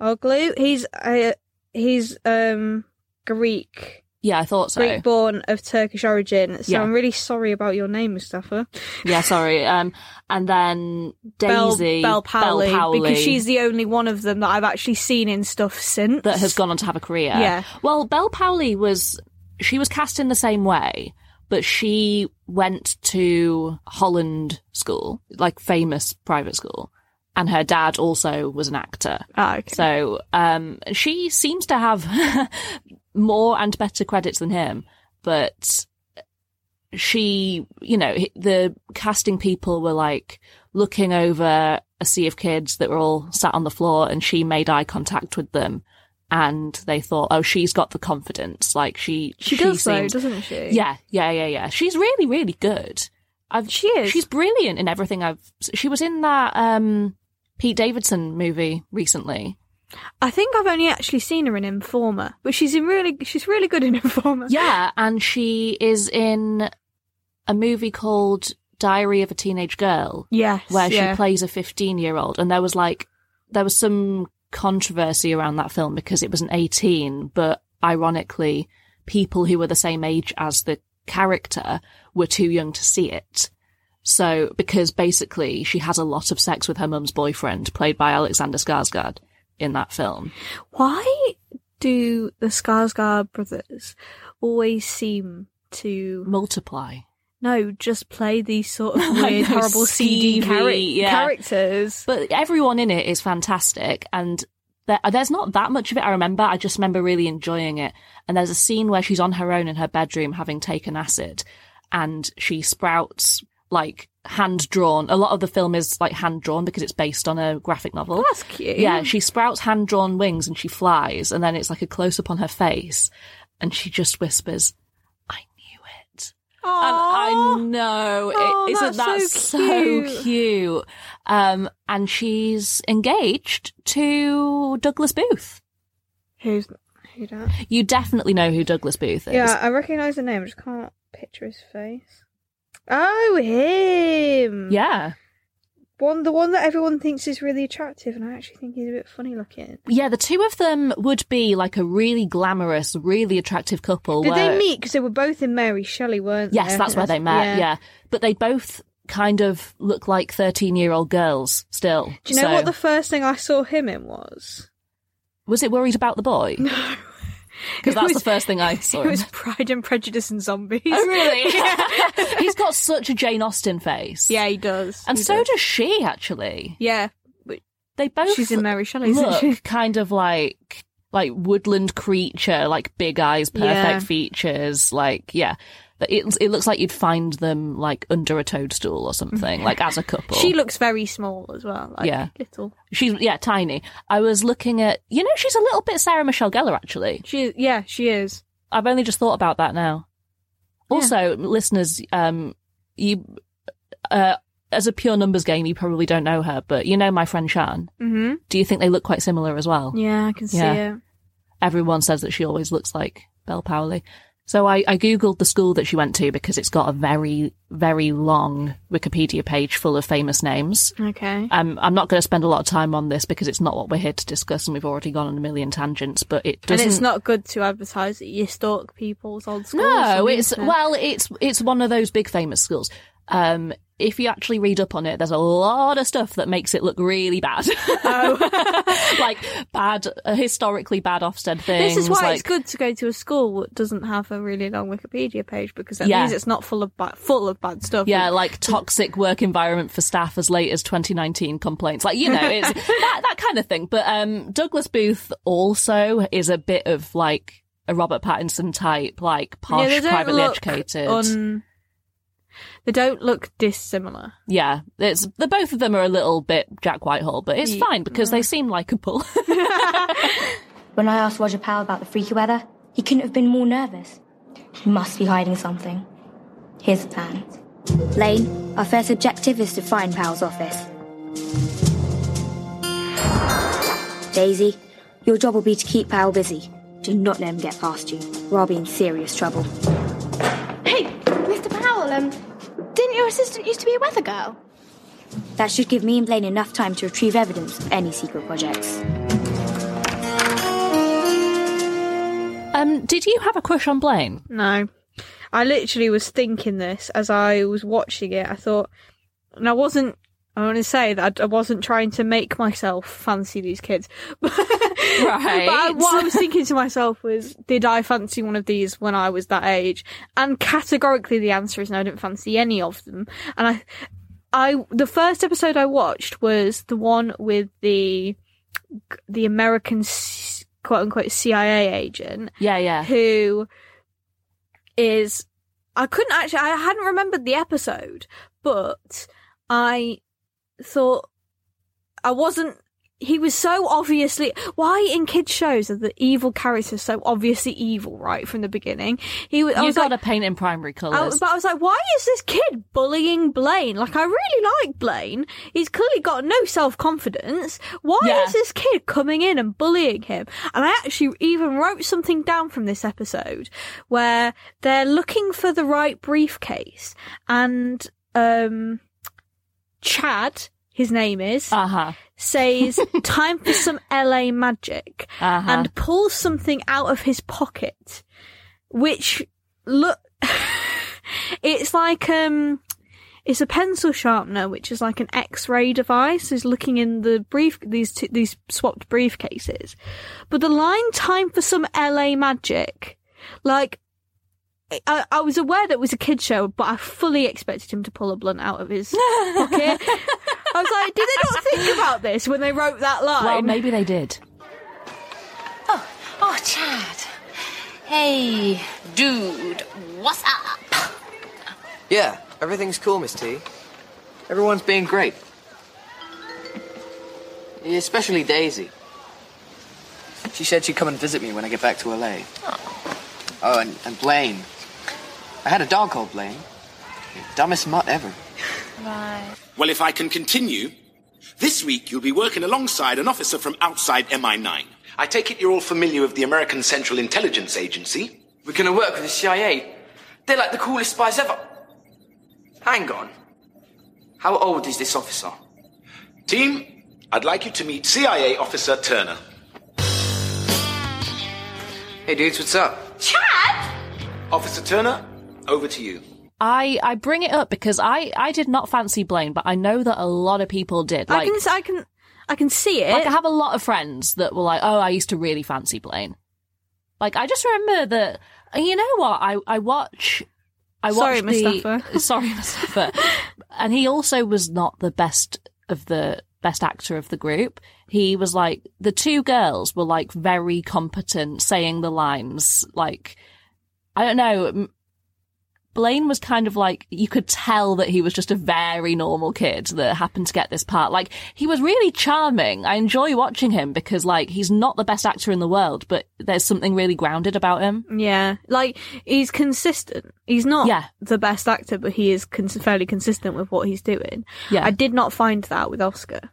Speaker 2: Oglu. He's uh, he's um Greek.
Speaker 1: Yeah, I thought so.
Speaker 2: Greek born of Turkish origin. So
Speaker 1: Yeah.
Speaker 2: I'm really sorry about your name, Mustafa.
Speaker 1: Yeah, sorry. Um, and then
Speaker 2: Bell
Speaker 1: Daisy
Speaker 2: Belle Powley,
Speaker 1: Powley,
Speaker 2: Because she's the only one of them that I've actually seen in stuff since.
Speaker 1: that has gone on to have a career.
Speaker 2: Yeah.
Speaker 1: Well, Belle Powley was she was cast in the same way, but she went to Holland school, like famous private school, and her dad also was an actor.
Speaker 2: Ah, okay.
Speaker 1: So um, she seems to have (laughs) more and better credits than him, but she, you know, h- the casting people were like looking over a sea of kids that were all sat on the floor, and she made eye contact with them, and they thought, oh, she's got the confidence, like she
Speaker 2: she, does
Speaker 1: seems-
Speaker 2: though, doesn't she?
Speaker 1: yeah, yeah, yeah, yeah. She's really, really good. I've,
Speaker 2: She is.
Speaker 1: She's brilliant in everything I've. She was in that um, Pete Davidson movie recently.
Speaker 2: I think I've only actually seen her in Informer, but she's in really she's really good in (laughs) Informer.
Speaker 1: (laughs) Yeah, and she is in a movie called Diary of a Teenage Girl,
Speaker 2: Yes.
Speaker 1: where
Speaker 2: yeah.
Speaker 1: she plays a fifteen-year-old, and there was like there was some controversy around that film because it was an eighteen, but ironically, people who were the same age as the character were too young to see it. So, because basically she has a lot of sex with her mum's boyfriend, played by Alexander Skarsgård, in that film.
Speaker 2: Why do the Skarsgård brothers always seem to
Speaker 1: Multiply.
Speaker 2: no just play these sort of (laughs)
Speaker 1: (laughs) I
Speaker 2: weird,
Speaker 1: know,
Speaker 2: horrible CD
Speaker 1: Stevie,
Speaker 2: charac-
Speaker 1: yeah.
Speaker 2: characters?
Speaker 1: But everyone in it is fantastic, and there, there's not that much of it I remember. I just remember really enjoying it. And there's a scene where she's on her own in her bedroom having taken acid, and she sprouts like hand drawn. A lot of the film is like hand drawn because it's based on a graphic novel.
Speaker 2: That's cute.
Speaker 1: Yeah, she sprouts hand drawn wings and she flies, and then it's like a close up on her face, and she just whispers, I knew it. And I
Speaker 2: Aww.
Speaker 1: know.
Speaker 2: Oh,
Speaker 1: it, isn't that
Speaker 2: that's
Speaker 1: so
Speaker 2: so
Speaker 1: cute?
Speaker 2: cute.
Speaker 1: Um, and she's engaged to Douglas Booth.
Speaker 2: Who's who that?
Speaker 1: You definitely know who Douglas Booth is.
Speaker 2: Yeah, I recognise the name, I just can't picture his face. Oh, him!
Speaker 1: Yeah.
Speaker 2: one the one that everyone thinks is really attractive, and I actually think he's a bit funny looking.
Speaker 1: Yeah, the two of them would be like a really glamorous, really attractive couple.
Speaker 2: Did
Speaker 1: where-
Speaker 2: they meet? Because they were both in Mary Shelley, weren't they?
Speaker 1: Yes,
Speaker 2: I
Speaker 1: that's
Speaker 2: think
Speaker 1: where they met. Yeah.
Speaker 2: yeah.
Speaker 1: But they both kind of look like 13 year old girls still.
Speaker 2: Do you know
Speaker 1: So-
Speaker 2: what the first thing I saw him in was?
Speaker 1: Was it worried about the boy? (laughs)
Speaker 2: No.
Speaker 1: Because that's the first thing I
Speaker 2: (laughs)
Speaker 1: saw.
Speaker 2: It was Pride and Prejudice and Zombies.
Speaker 1: Oh,
Speaker 2: (laughs)
Speaker 1: really? (laughs) He's got such a Jane Austen face.
Speaker 2: yeah, he does.
Speaker 1: And
Speaker 2: He
Speaker 1: so does she, actually.
Speaker 2: Yeah,
Speaker 1: They both
Speaker 2: she's in Mary Shelley, isn't she?
Speaker 1: look kind of like like woodland creature, like big eyes, perfect
Speaker 2: Yeah.
Speaker 1: features, like yeah. But It it looks like you'd find them like under a toadstool or
Speaker 2: (laughs)
Speaker 1: something, like as a couple.
Speaker 2: She looks very small as well. Like,
Speaker 1: Yeah.
Speaker 2: little.
Speaker 1: she's yeah tiny. I was looking at you know she's a little bit Sarah Michelle Gellar actually.
Speaker 2: She, yeah, she is.
Speaker 1: I've only just thought about that now. Also, listeners, um, you uh, as a pure numbers game, you probably don't know her, but you know my friend Shan.
Speaker 2: hmm
Speaker 1: Do you think they look quite similar as well?
Speaker 2: Yeah, I can see
Speaker 1: Yeah.
Speaker 2: it.
Speaker 1: everyone says that she always looks like Belle Powley. So I, I googled the school that she went to because it's got a very, very long Wikipedia page full of famous
Speaker 2: Mm.
Speaker 1: names.
Speaker 2: Okay.
Speaker 1: Um, I'm not going to spend a lot of time on this because it's not what we're here to discuss, and we've already gone on a million tangents. But it doesn't.
Speaker 2: And it's not good to advertise that you stalk people's old schools.
Speaker 1: No,
Speaker 2: on the
Speaker 1: it's
Speaker 2: internet.
Speaker 1: well, it's it's one of those big famous schools. Um, if you actually read up on it, there's a lot of stuff that makes it look really bad. (laughs) like bad, uh, historically bad Ofsted things.
Speaker 2: Oh. This is why
Speaker 1: like,
Speaker 2: it's good to go to a school that doesn't have a really long Wikipedia page because at
Speaker 1: Yeah.
Speaker 2: least it's not full of ba- full of bad stuff.
Speaker 1: Yeah, like toxic work environment for staff as late as 2019 complaints. Like, you know,
Speaker 2: (laughs)
Speaker 1: it's that, that kind of thing. But um, Douglas Booth also is a bit of like a Robert Pattinson type, like posh,
Speaker 2: they don't
Speaker 1: privately
Speaker 2: look
Speaker 1: educated.
Speaker 2: on. They don't look dissimilar.
Speaker 1: Yeah, it's the both of them are a little bit Jack Whitehall, but it's fine because
Speaker 2: mm.
Speaker 1: they seem likable.
Speaker 4: When I asked Roger Powell about the freaky weather, he couldn't have been more nervous. He must be hiding something. Here's the plan. Lane, our first objective is to find Powell's office. Daisy, your job will be to keep Powell busy. Do not let him get past you, or I'll be in serious trouble.
Speaker 8: Hey, Mr. Powell, um, didn't your assistant used to be a weather girl?
Speaker 4: That should give me and Blaine enough time to retrieve evidence of any secret projects.
Speaker 1: um, did you have a crush on Blaine?
Speaker 2: No. I literally was thinking this as I was watching it. I thought, and I wasn't, I want to say that I wasn't trying to make myself fancy these kids. (laughs) But, but I- what I was thinking to myself was, did I fancy one of these when I was that age? And categorically, the answer is no, I didn't fancy any of them. And I, I, the first episode I watched was the one with the, the American s- quote unquote CIA agent
Speaker 1: Yeah, yeah.
Speaker 2: who is I couldn't actually I hadn't remembered the episode, but I thought I wasn't he was so obviously why in kids shows are the evil characters so obviously evil right from the beginning. He was I
Speaker 1: You
Speaker 2: was
Speaker 1: got
Speaker 2: like
Speaker 1: to (laughs) paint in primary
Speaker 2: I,
Speaker 1: colours.
Speaker 2: was- Oh, but I was like, why is this kid bullying Blaine? Like, I really like Blaine. He's clearly got no self confidence. Why
Speaker 1: Yeah.
Speaker 2: is this kid coming in and bullying him? And I actually even wrote something down from this episode where they're looking for the right briefcase and, um, Chad, his name is,
Speaker 1: Uh huh. (laughs)
Speaker 2: says, time for some LA magic
Speaker 1: Uh huh.
Speaker 2: and pulls something out of his pocket, which look, it's like um, it's a pencil sharpener, which is like an X-ray device. Is looking in the brief these two, these swapped briefcases, but the line "Time for some LA magic," like. I, I was aware that it was a kid show, but I fully expected him to pull a blunt out of his
Speaker 1: (laughs)
Speaker 2: pocket. I was like, did they not think about this when they wrote that line?
Speaker 1: Well, maybe they did.
Speaker 7: Oh, Chad. Hey, dude. What's up?
Speaker 9: Yeah, everything's cool, Miss T. Everyone's being great. Especially Daisy. She said she'd come and visit me when I get back to LA. Oh, and, and Blaine. I had a dog called Blaine. Dumbest mutt ever.
Speaker 10: Well, if I can continue, this week you'll be working alongside an officer from outside MI9.
Speaker 3: I take it you're all familiar with the American Central Intelligence Agency.
Speaker 5: We're gonna work with the CIA. They're like the coolest spies ever. Hang on. How old is this officer?
Speaker 3: Team, I'd like you to meet CIA Officer Turner.
Speaker 9: Hey, dudes, what's up?
Speaker 3: Officer Turner, over to you.
Speaker 1: I, I bring it up because I, I did not fancy Blaine, but I know that a lot of people did.
Speaker 2: I
Speaker 1: Like,
Speaker 2: can, s- I can, I can see it.
Speaker 1: Like, I have a lot of friends that were like, oh, I used to really fancy Blaine. Like, I just remember that, you know what? I, I watch. I
Speaker 2: Sorry,
Speaker 1: watch the-
Speaker 2: Mustafa.
Speaker 1: (laughs) sorry, Mustafa. and he also was not the best of the best actor of the group. He was like, the two girls were like very competent saying the lines. Like, I don't know. m- Blaine was kind of like, you could tell that he was just a very normal kid that happened to get this part. Like, he was really charming. I enjoy watching him because, like, he's not the best actor in the world, but there's something really grounded about him.
Speaker 2: yeah, like he's consistent. He's not
Speaker 1: Yeah.
Speaker 2: the best actor, but he is cons- fairly consistent with what he's doing.
Speaker 1: Yeah.
Speaker 2: I did not find that with Oscar.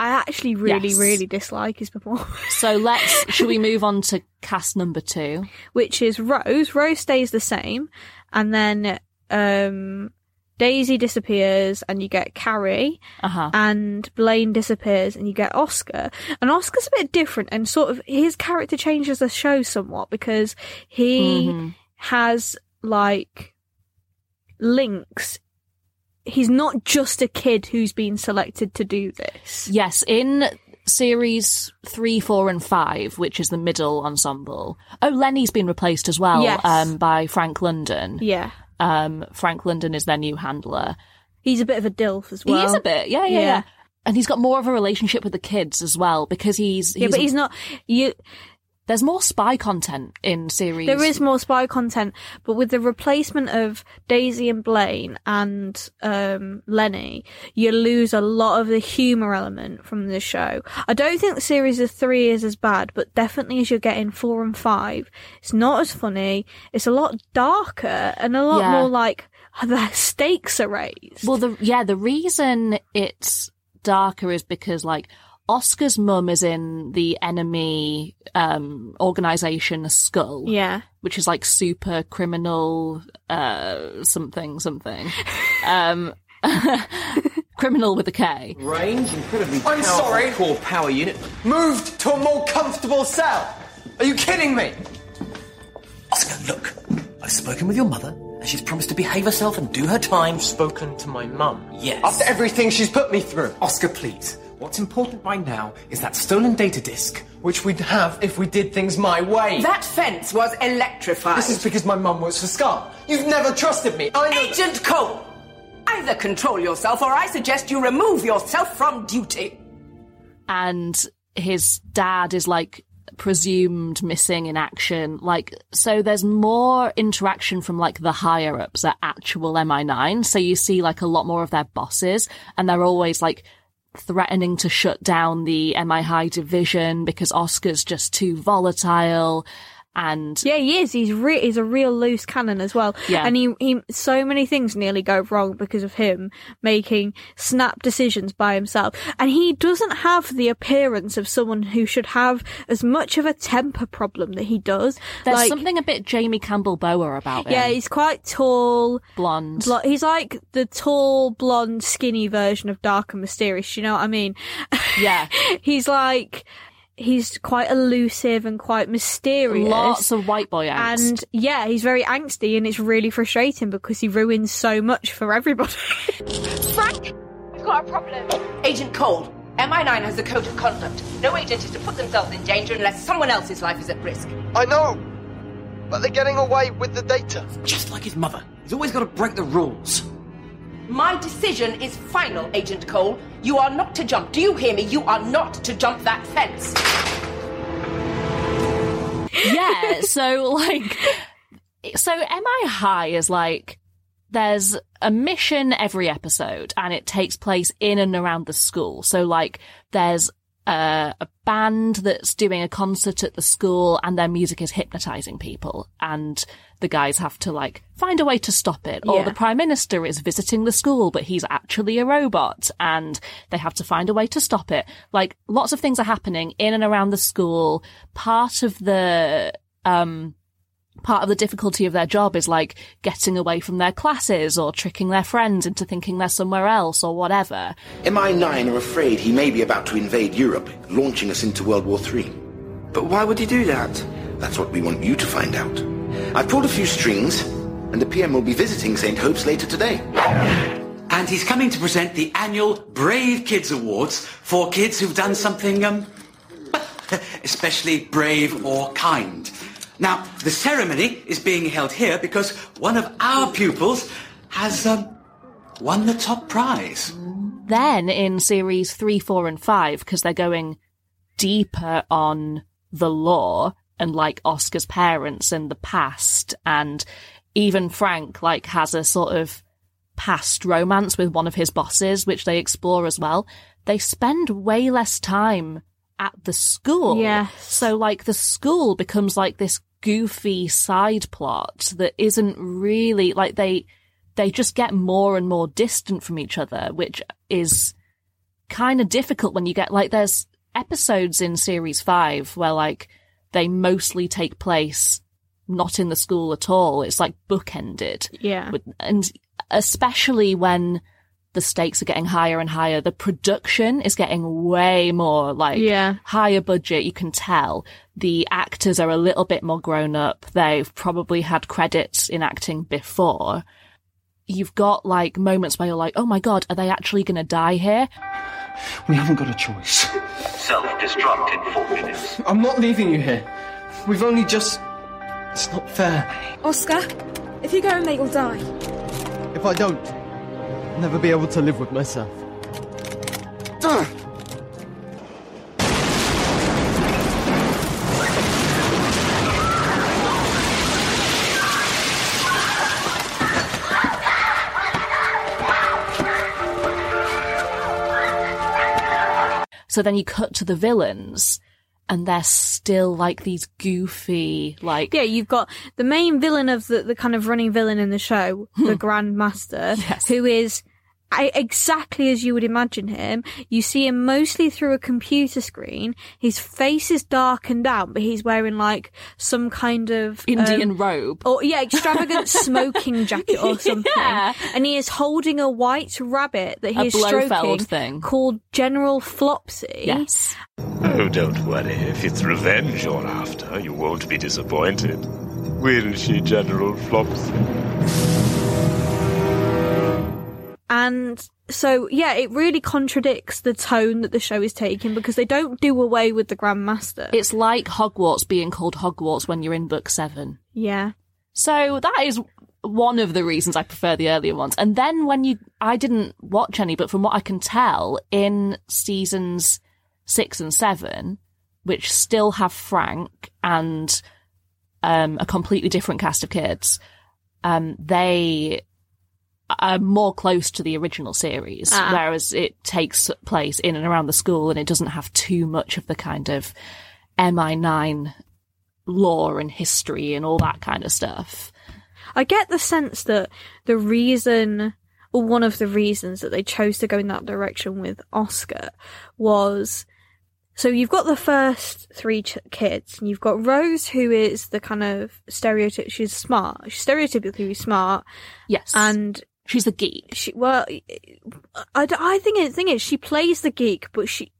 Speaker 2: I actually really,
Speaker 1: Yes.
Speaker 2: really dislike his performance,
Speaker 1: (laughs) So let's, should we move on to cast number two?
Speaker 2: which is Rose. Rose stays the same, and then um, Daisy disappears, and you get Carrie.
Speaker 1: Uh huh.
Speaker 2: and Blaine disappears and you get Oscar. And Oscar's a bit different and sort of his character changes the show somewhat because
Speaker 1: Mm-hmm.
Speaker 2: he has like links he's not just a kid who's been selected to do this.
Speaker 1: Yes, in series three, four, and five, which is the middle ensemble. Oh, Lenny's been replaced as well
Speaker 2: Yes.
Speaker 1: um, by Frank London.
Speaker 2: Yeah.
Speaker 1: Um, Frank London is their new handler.
Speaker 2: He's a bit of a dilf as well.
Speaker 1: he is a bit, yeah, yeah, yeah,
Speaker 2: Yeah.
Speaker 1: And he's got more of a relationship with the kids as well because he's,
Speaker 2: Yeah, but he's not. You
Speaker 1: There's more spy content in series.
Speaker 2: there is more spy content, but with the replacement of Daisy and Blaine and um, Lenny, you lose a lot of the humor element from the show. I don't think series of three is as bad, but definitely as you're getting four and five, it's not as funny. It's a lot darker and a lot
Speaker 1: Yeah.
Speaker 2: more like (laughs) the stakes are raised.
Speaker 1: Well, the yeah, the reason it's darker is because like Oscar's mum is in the enemy um organization Skull,
Speaker 2: Yeah.
Speaker 1: which is like super criminal uh
Speaker 2: (laughs)
Speaker 1: something something, um, (laughs) criminal with a K.
Speaker 11: Range, incredibly
Speaker 12: I'm
Speaker 11: powerful
Speaker 12: sorry.
Speaker 11: core power unit.
Speaker 12: Moved to a more comfortable cell. Are you kidding me?
Speaker 11: I've spoken with your mother, and she's promised to behave herself and do her time. spoken to my mum. Yes.
Speaker 12: After everything she's put me through. Oscar, please. What's important right now is that stolen data disk, which we'd have if we did things my way.
Speaker 13: That fence was electrified.
Speaker 12: This is because my mum works for Scar. You've never trusted me. I know
Speaker 13: Agent Cole! Either control yourself or I suggest you remove yourself from duty.
Speaker 1: and his dad is like presumed missing in action like so there's more interaction from like the higher ups at actual MI9 so you see like a lot more of their bosses and they're always like threatening to shut down the MI high division because Oscar's just too volatile and
Speaker 2: Yeah, he is. He's re- he's a real loose cannon as well.
Speaker 1: Yeah.
Speaker 2: and he he so many things nearly go wrong because of him making snap decisions by himself. And he doesn't have the appearance of someone who should have as much of a temper problem that he does.
Speaker 1: there's
Speaker 2: like,
Speaker 1: something a bit Jamie Campbell Bower about him.
Speaker 2: yeah, he's quite tall,
Speaker 1: blonde.
Speaker 2: Blo- he's like the tall, blonde, skinny version of Dark and Mysterious. You know what I mean?
Speaker 1: Yeah,
Speaker 2: (laughs) he's like he's quite elusive and quite mysterious.
Speaker 1: Lots of white boy angst.
Speaker 2: And yeah, he's very angsty, and it's really frustrating because he ruins so much for everybody.
Speaker 13: Frank, we've got a problem. Agent Cole, MI9 has a code of conduct. No agent is to put themselves in danger unless someone else's life is at risk.
Speaker 12: I know, but they're getting away with the data. Just like his mother. He's always got to break the rules.
Speaker 13: My decision is final, Agent Cole. You are not to jump. Do you hear me? You are not to jump that fence.
Speaker 1: yeah so like so mi high is like there's a mission every episode and it takes place in and around the school so like there's a, a band that's doing a concert at the school and their music is hypnotizing people and the guys have to like find a way to stop it or
Speaker 2: Yeah.
Speaker 1: the prime minister is visiting the school but he's actually a robot and they have to find a way to stop it like lots of things are happening in and around the school part of the um part of the difficulty of their job is like getting away from their classes or tricking their friends into thinking they're somewhere else or whatever
Speaker 3: MI9 are afraid he may be about to invade Europe, launching us into World War III. But why would he do that? That's what we want you to find out. I've pulled a few strings, and the PM will be visiting St. Hope's later today.
Speaker 14: And he's coming to present the annual Brave Kids Awards for kids who've done something, um, (laughs) especially brave or kind. Now, the ceremony is being held here because one of our pupils has, um, won the top prize.
Speaker 1: then in series three, four, and five, because they're going deeper on the law and like Oscar's parents and the past, and even Frank like has a sort of past romance with one of his bosses, which they explore as well. They spend way less time at the school.
Speaker 2: Yes.
Speaker 1: So like the school becomes like this goofy side plot that isn't really like they they just get more and more distant from each other, which is kind of difficult when you get like there's episodes in series 5 where like they mostly take place not in the school at all. It's like bookended.
Speaker 2: Yeah.
Speaker 1: With- and especially when the stakes are getting higher and higher, the production is getting way more like
Speaker 2: Yeah.
Speaker 1: higher budget. You can tell the actors are a little bit more grown up. They've probably had credits in acting before. you've got like moments where you're like, oh my god, are they actually going to die here?
Speaker 12: We haven't got a choice.
Speaker 15: Self-destruct in four minutes.
Speaker 12: I'm not leaving you here. We've only just. It's not fair.
Speaker 16: Oscar, if you go and they will die.
Speaker 17: If I don't, I'll never be able to live with myself.
Speaker 1: So then you cut to the villains, and they're still like these goofy, like
Speaker 2: yeah, you've got the main villain of the, the kind of running villain in the show,
Speaker 1: Hmm.
Speaker 2: the Grandmaster, who is I, exactly as you would imagine him. You see him mostly through a computer screen. His face is darkened out, but he's wearing like some kind of
Speaker 1: Indian
Speaker 2: um,
Speaker 1: robe.
Speaker 2: or yeah,
Speaker 1: (laughs)
Speaker 2: extravagant smoking jacket or something.
Speaker 1: Yeah.
Speaker 2: And he is holding a white rabbit that
Speaker 1: A
Speaker 2: he is
Speaker 1: Blofeld
Speaker 2: stroking
Speaker 1: thing.
Speaker 2: called General Flopsy.
Speaker 1: Yes.
Speaker 15: Oh, don't worry. If it's revenge you're after, you won't be disappointed. Will she, General Flopsy?
Speaker 2: And so, yeah, it really contradicts the tone that the show is taking because they don't do away with the Grandmaster.
Speaker 1: It's like Hogwarts being called Hogwarts when you're in book seven.
Speaker 2: Yeah.
Speaker 1: So that is one of the reasons I prefer the earlier ones. And then when you, I didn't watch any, but from what I can tell, in seasons six and seven, which still have Frank and um, a completely different cast of kids, um, they are more close to the original series,
Speaker 2: Ah.
Speaker 1: whereas it takes place in and around the school and it doesn't have too much of the kind of MI9 lore and history and all that kind of stuff.
Speaker 2: I get the sense that the reason, or one of the reasons that they chose to go in that direction with Oscar was so you've got the first three ch- kids, and you've got Rose, who is the kind of stereotype, she's smart, she's stereotypically smart.
Speaker 1: Yes.
Speaker 2: And
Speaker 1: she's the geek.
Speaker 2: She, well, I, I I think the thing is, she plays the geek, but she.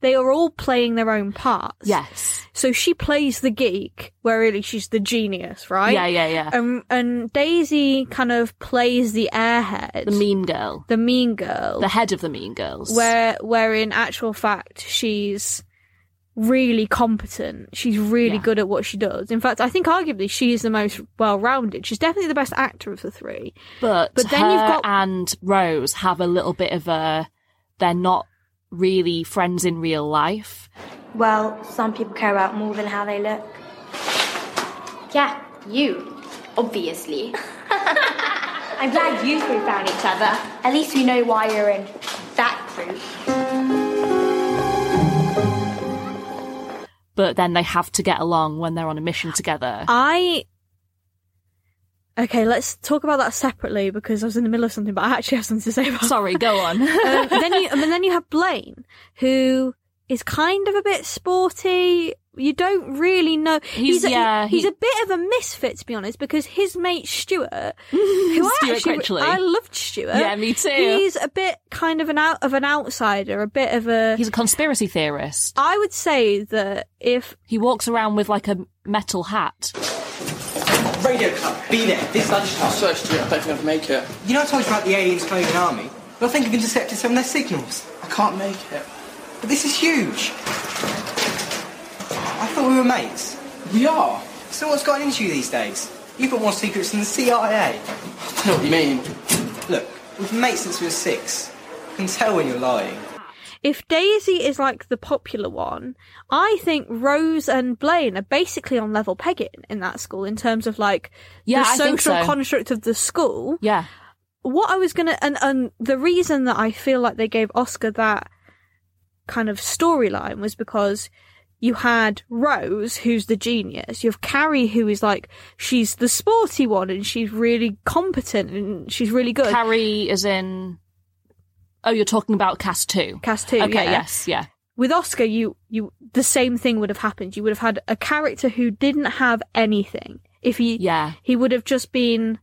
Speaker 2: They are all playing their own parts.
Speaker 1: Yes.
Speaker 2: So she plays the geek, where really she's the genius, right?
Speaker 1: Yeah, yeah, yeah.
Speaker 2: Um, and Daisy kind of plays the airhead,
Speaker 1: The mean girl.
Speaker 2: the mean girl,
Speaker 1: The head of the mean girls.
Speaker 2: where where in actual fact she's really competent. She's really good at what she does. In fact, I think arguably she is the most well-rounded. She's definitely the best actor of the three.
Speaker 1: But,
Speaker 2: But then you've
Speaker 1: her
Speaker 2: got-
Speaker 1: and Rose have a little bit of a they're not really friends in real life.
Speaker 4: Well, some people care about more than how they look. Yeah, you. Obviously. (laughs) I'm glad you three found each other. At least we know why you're in that group.
Speaker 1: But then they have to get along when they're on a mission together.
Speaker 2: I okay. Let's talk about that separately because I was in the middle of something, but I actually have something to say about.
Speaker 1: Sorry, go
Speaker 2: (laughs)
Speaker 1: on.
Speaker 2: um, then you, and then you have Blaine, who is kind of a bit sporty. You don't really know.
Speaker 1: He's-
Speaker 2: a,
Speaker 1: yeah,
Speaker 2: he's
Speaker 1: he-
Speaker 2: a bit of a misfit, to be honest, because his mate
Speaker 1: (laughs)
Speaker 2: Stuart, who I
Speaker 1: (laughs) Stuart
Speaker 2: actually
Speaker 1: Critchley.
Speaker 2: I loved Stuart.
Speaker 1: Yeah, me too.
Speaker 2: He's a bit kind of an out of an outsider, a bit of a.
Speaker 1: He's a conspiracy theorist.
Speaker 2: I would say that if
Speaker 1: He walks around with like a metal hat.
Speaker 6: Radio Club, be there, this lunchtime.
Speaker 9: So Stuart, I don't think I've make it.
Speaker 6: You know I told you about the aliens claiming an army? Well, I think I've intercepted some of their signals. I can't make it. But this is huge. I thought we were mates. We are. So what's gotten into you these days? You've got more secrets than the CIA. I don't know what you mean. Look, we've been mates since we were six. I can tell when you're lying.
Speaker 2: if Daisy is like the popular one, I think Rose and Blaine are basically on level pegging in that school in terms of like
Speaker 1: Yeah,
Speaker 2: the
Speaker 1: I think
Speaker 2: social
Speaker 1: so.
Speaker 2: construct of the school.
Speaker 1: Yeah.
Speaker 2: What I was gonna and, and the reason that I feel like they gave Oscar that kind of storyline was because you had Rose, who's the genius. You have Carrie, who is like she's the sporty one and she's really competent and she's really good.
Speaker 1: Carrie is in Oh, you're talking about cast two.
Speaker 2: Cast two,
Speaker 1: Okay,
Speaker 2: yeah.
Speaker 1: yes, yeah.
Speaker 2: with Oscar, you you the same thing would have happened. You would have had a character who didn't have anything. If he
Speaker 1: Yeah.
Speaker 2: he would have just been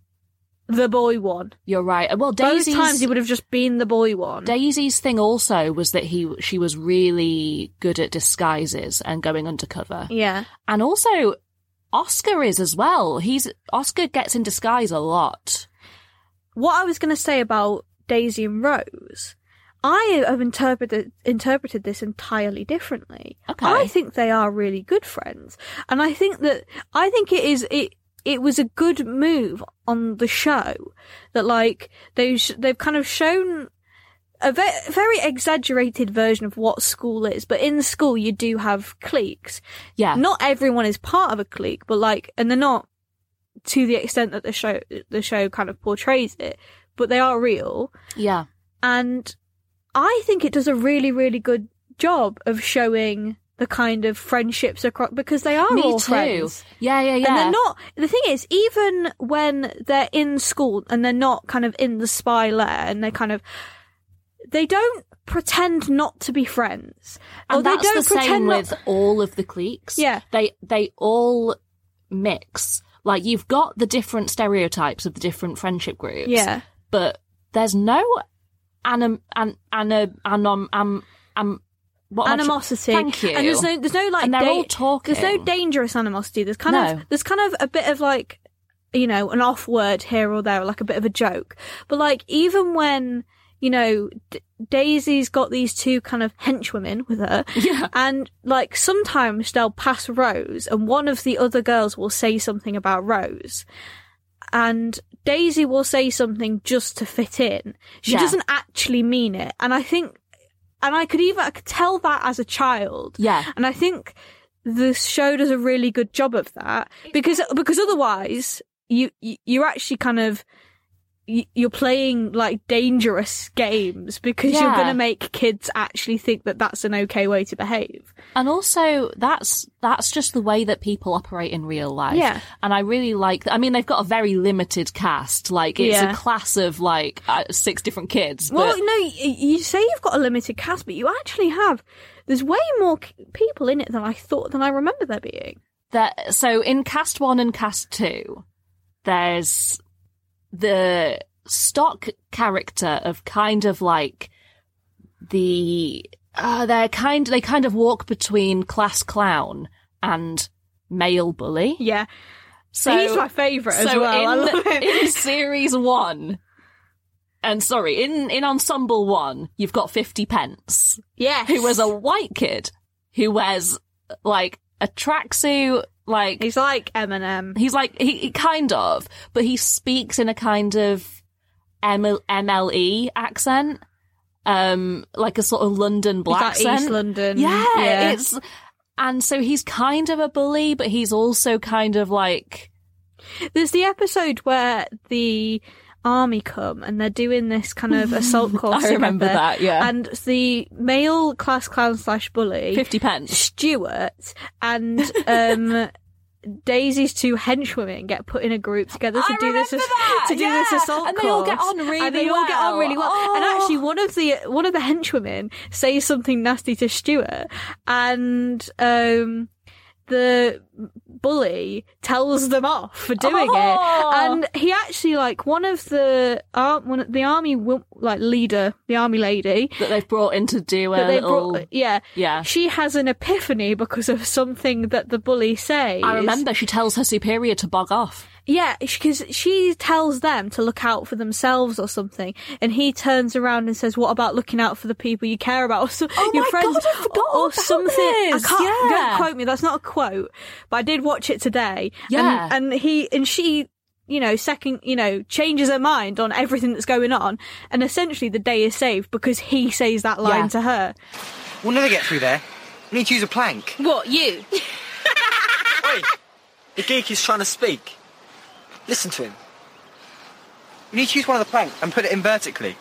Speaker 2: the boy one.
Speaker 1: You're right. Well,
Speaker 2: Both
Speaker 1: Daisy's
Speaker 2: times he would have just been the boy one.
Speaker 1: Daisy's thing also was that he she was really good at disguises and going undercover.
Speaker 2: yeah.
Speaker 1: And also Oscar is as well. He's Oscar gets in disguise a lot.
Speaker 2: what I was going to say about Daisy and Rose, I have interpreted interpreted this entirely differently.
Speaker 1: Okay.
Speaker 2: I think they are really good friends, and I think that I think it is it it was a good move on the show that like they sh- they've kind of shown a ve- very exaggerated version of what school is, but in school you do have cliques.
Speaker 1: Yeah.
Speaker 2: Not everyone is part of a clique, but like, and they're not to the extent that the show, the show kind of portrays it, but they are real.
Speaker 1: Yeah.
Speaker 2: And I think it does a really, really good job of showing the kind of friendships across, because they are
Speaker 1: Me
Speaker 2: all
Speaker 1: too.
Speaker 2: friends.
Speaker 1: Yeah, yeah, yeah.
Speaker 2: And they're not, the thing is, even when they're in school and they're not kind of in the spy lair and they're kind of, they don't pretend not to be friends.
Speaker 1: And
Speaker 2: or
Speaker 1: that's
Speaker 2: they don't
Speaker 1: the
Speaker 2: pretend
Speaker 1: same
Speaker 2: not-
Speaker 1: with all of the cliques.
Speaker 2: Yeah.
Speaker 1: They they all mix. Like you've got the different stereotypes of the different friendship groups.
Speaker 2: Yeah.
Speaker 1: But there's no anim an anim anom um um what am I tr-
Speaker 2: animosity.
Speaker 1: Thank you.
Speaker 2: And there's no there's no like
Speaker 1: And they're
Speaker 2: da-
Speaker 1: all talking.
Speaker 2: There's no dangerous animosity. There's kind
Speaker 1: No.
Speaker 2: of there's kind of a bit of like you know an off word here or there, like a bit of a joke. But like even when you know D- Daisy's got these two kind of henchwomen with her,
Speaker 1: yeah,
Speaker 2: and like sometimes they'll pass Rose, and one of the other girls will say something about Rose, and Daisy will say something just to fit in. She
Speaker 1: Yeah.
Speaker 2: doesn't actually mean it, and I think, and I could even I could tell that as a child.
Speaker 1: Yeah.
Speaker 2: and I think the show does a really good job of that because because otherwise you you- you're actually kind of you- you're playing like dangerous games because you're
Speaker 1: Yeah.
Speaker 2: going to make kids actually think that that's an okay way to behave.
Speaker 1: And also, that's that's just the way that people operate in real life.
Speaker 2: Yeah.
Speaker 1: And I really like. I mean, they've got a very limited cast. Like, it's
Speaker 2: Yeah.
Speaker 1: a class of like uh, six different kids.
Speaker 2: Well,
Speaker 1: but
Speaker 2: no, y- you say you've got a limited cast, but you actually have. There's way more c- people in it than I thought than I remember there being.
Speaker 1: that so in cast one and cast two, there's the stock character of kind of like the uh, they're kind they kind of walk between class clown and male bully.
Speaker 2: Yeah.
Speaker 1: So
Speaker 2: He's my favourite as
Speaker 1: so
Speaker 2: well. I
Speaker 1: In, (laughs)
Speaker 2: love him.
Speaker 1: in series one, and sorry, in in ensemble one, you've got fifty pence.
Speaker 2: Yes.
Speaker 1: who was a white kid who wears like a tracksuit, like
Speaker 2: he's like Eminem.
Speaker 1: He's like he, he kind of, but he speaks in a kind of M- MLE accent, um, like a sort of London black
Speaker 2: like East
Speaker 1: accent.
Speaker 2: London.
Speaker 1: Yeah,
Speaker 2: Yeah.
Speaker 1: it's and so he's kind of a bully, but he's also kind of like
Speaker 2: There's the episode where the army come and they're doing this kind of
Speaker 1: (laughs)
Speaker 2: assault course.
Speaker 1: I remember
Speaker 2: together,
Speaker 1: that, yeah.
Speaker 2: And the male class clown slash bully,
Speaker 1: fifty pence.
Speaker 2: Stuart, and
Speaker 1: (laughs)
Speaker 2: um, Daisy's two henchwomen get put in a group together to
Speaker 1: I
Speaker 2: do this
Speaker 1: remember that,
Speaker 2: to do this
Speaker 1: yeah.
Speaker 2: assault
Speaker 1: And they all get
Speaker 2: course,
Speaker 1: on really
Speaker 2: and they all get on
Speaker 1: well.
Speaker 2: really well. And
Speaker 1: Oh.
Speaker 2: actually, one of the one of the henchwomen says something nasty to Stuart, and um, the bully tells them off for doing
Speaker 1: Oh.
Speaker 2: it, and he actually like one of the ar- one of the army wo- like leader, the army lady
Speaker 1: that they've brought in to do a
Speaker 2: that they
Speaker 1: little.
Speaker 2: brought, yeah,
Speaker 1: Yeah.
Speaker 2: She has an epiphany because of something that the bully says.
Speaker 1: I remember she tells her superior to bog off.
Speaker 2: Yeah, because she tells them to look out for themselves or something, and he turns around and says, "What about looking out for the people you care about?" (laughs) Or so, your
Speaker 1: Oh my
Speaker 2: friends,
Speaker 1: God, I forgot
Speaker 2: or
Speaker 5: Oh,
Speaker 1: about
Speaker 2: something.
Speaker 1: this.
Speaker 2: I can't don't
Speaker 1: Yeah.
Speaker 2: quote me. That's not a quote, but I did watch it today. And-
Speaker 1: Yeah.
Speaker 2: and, he and she. You know, second, you know, changes her mind on everything that's going on, and essentially the day is saved because he says that line
Speaker 18: Yeah.
Speaker 2: to her.
Speaker 18: We'll never get through there. We need to use a plank.
Speaker 2: What you?
Speaker 18: The geek is trying to speak. Listen to him. We need to use one of the planks and put it in vertically.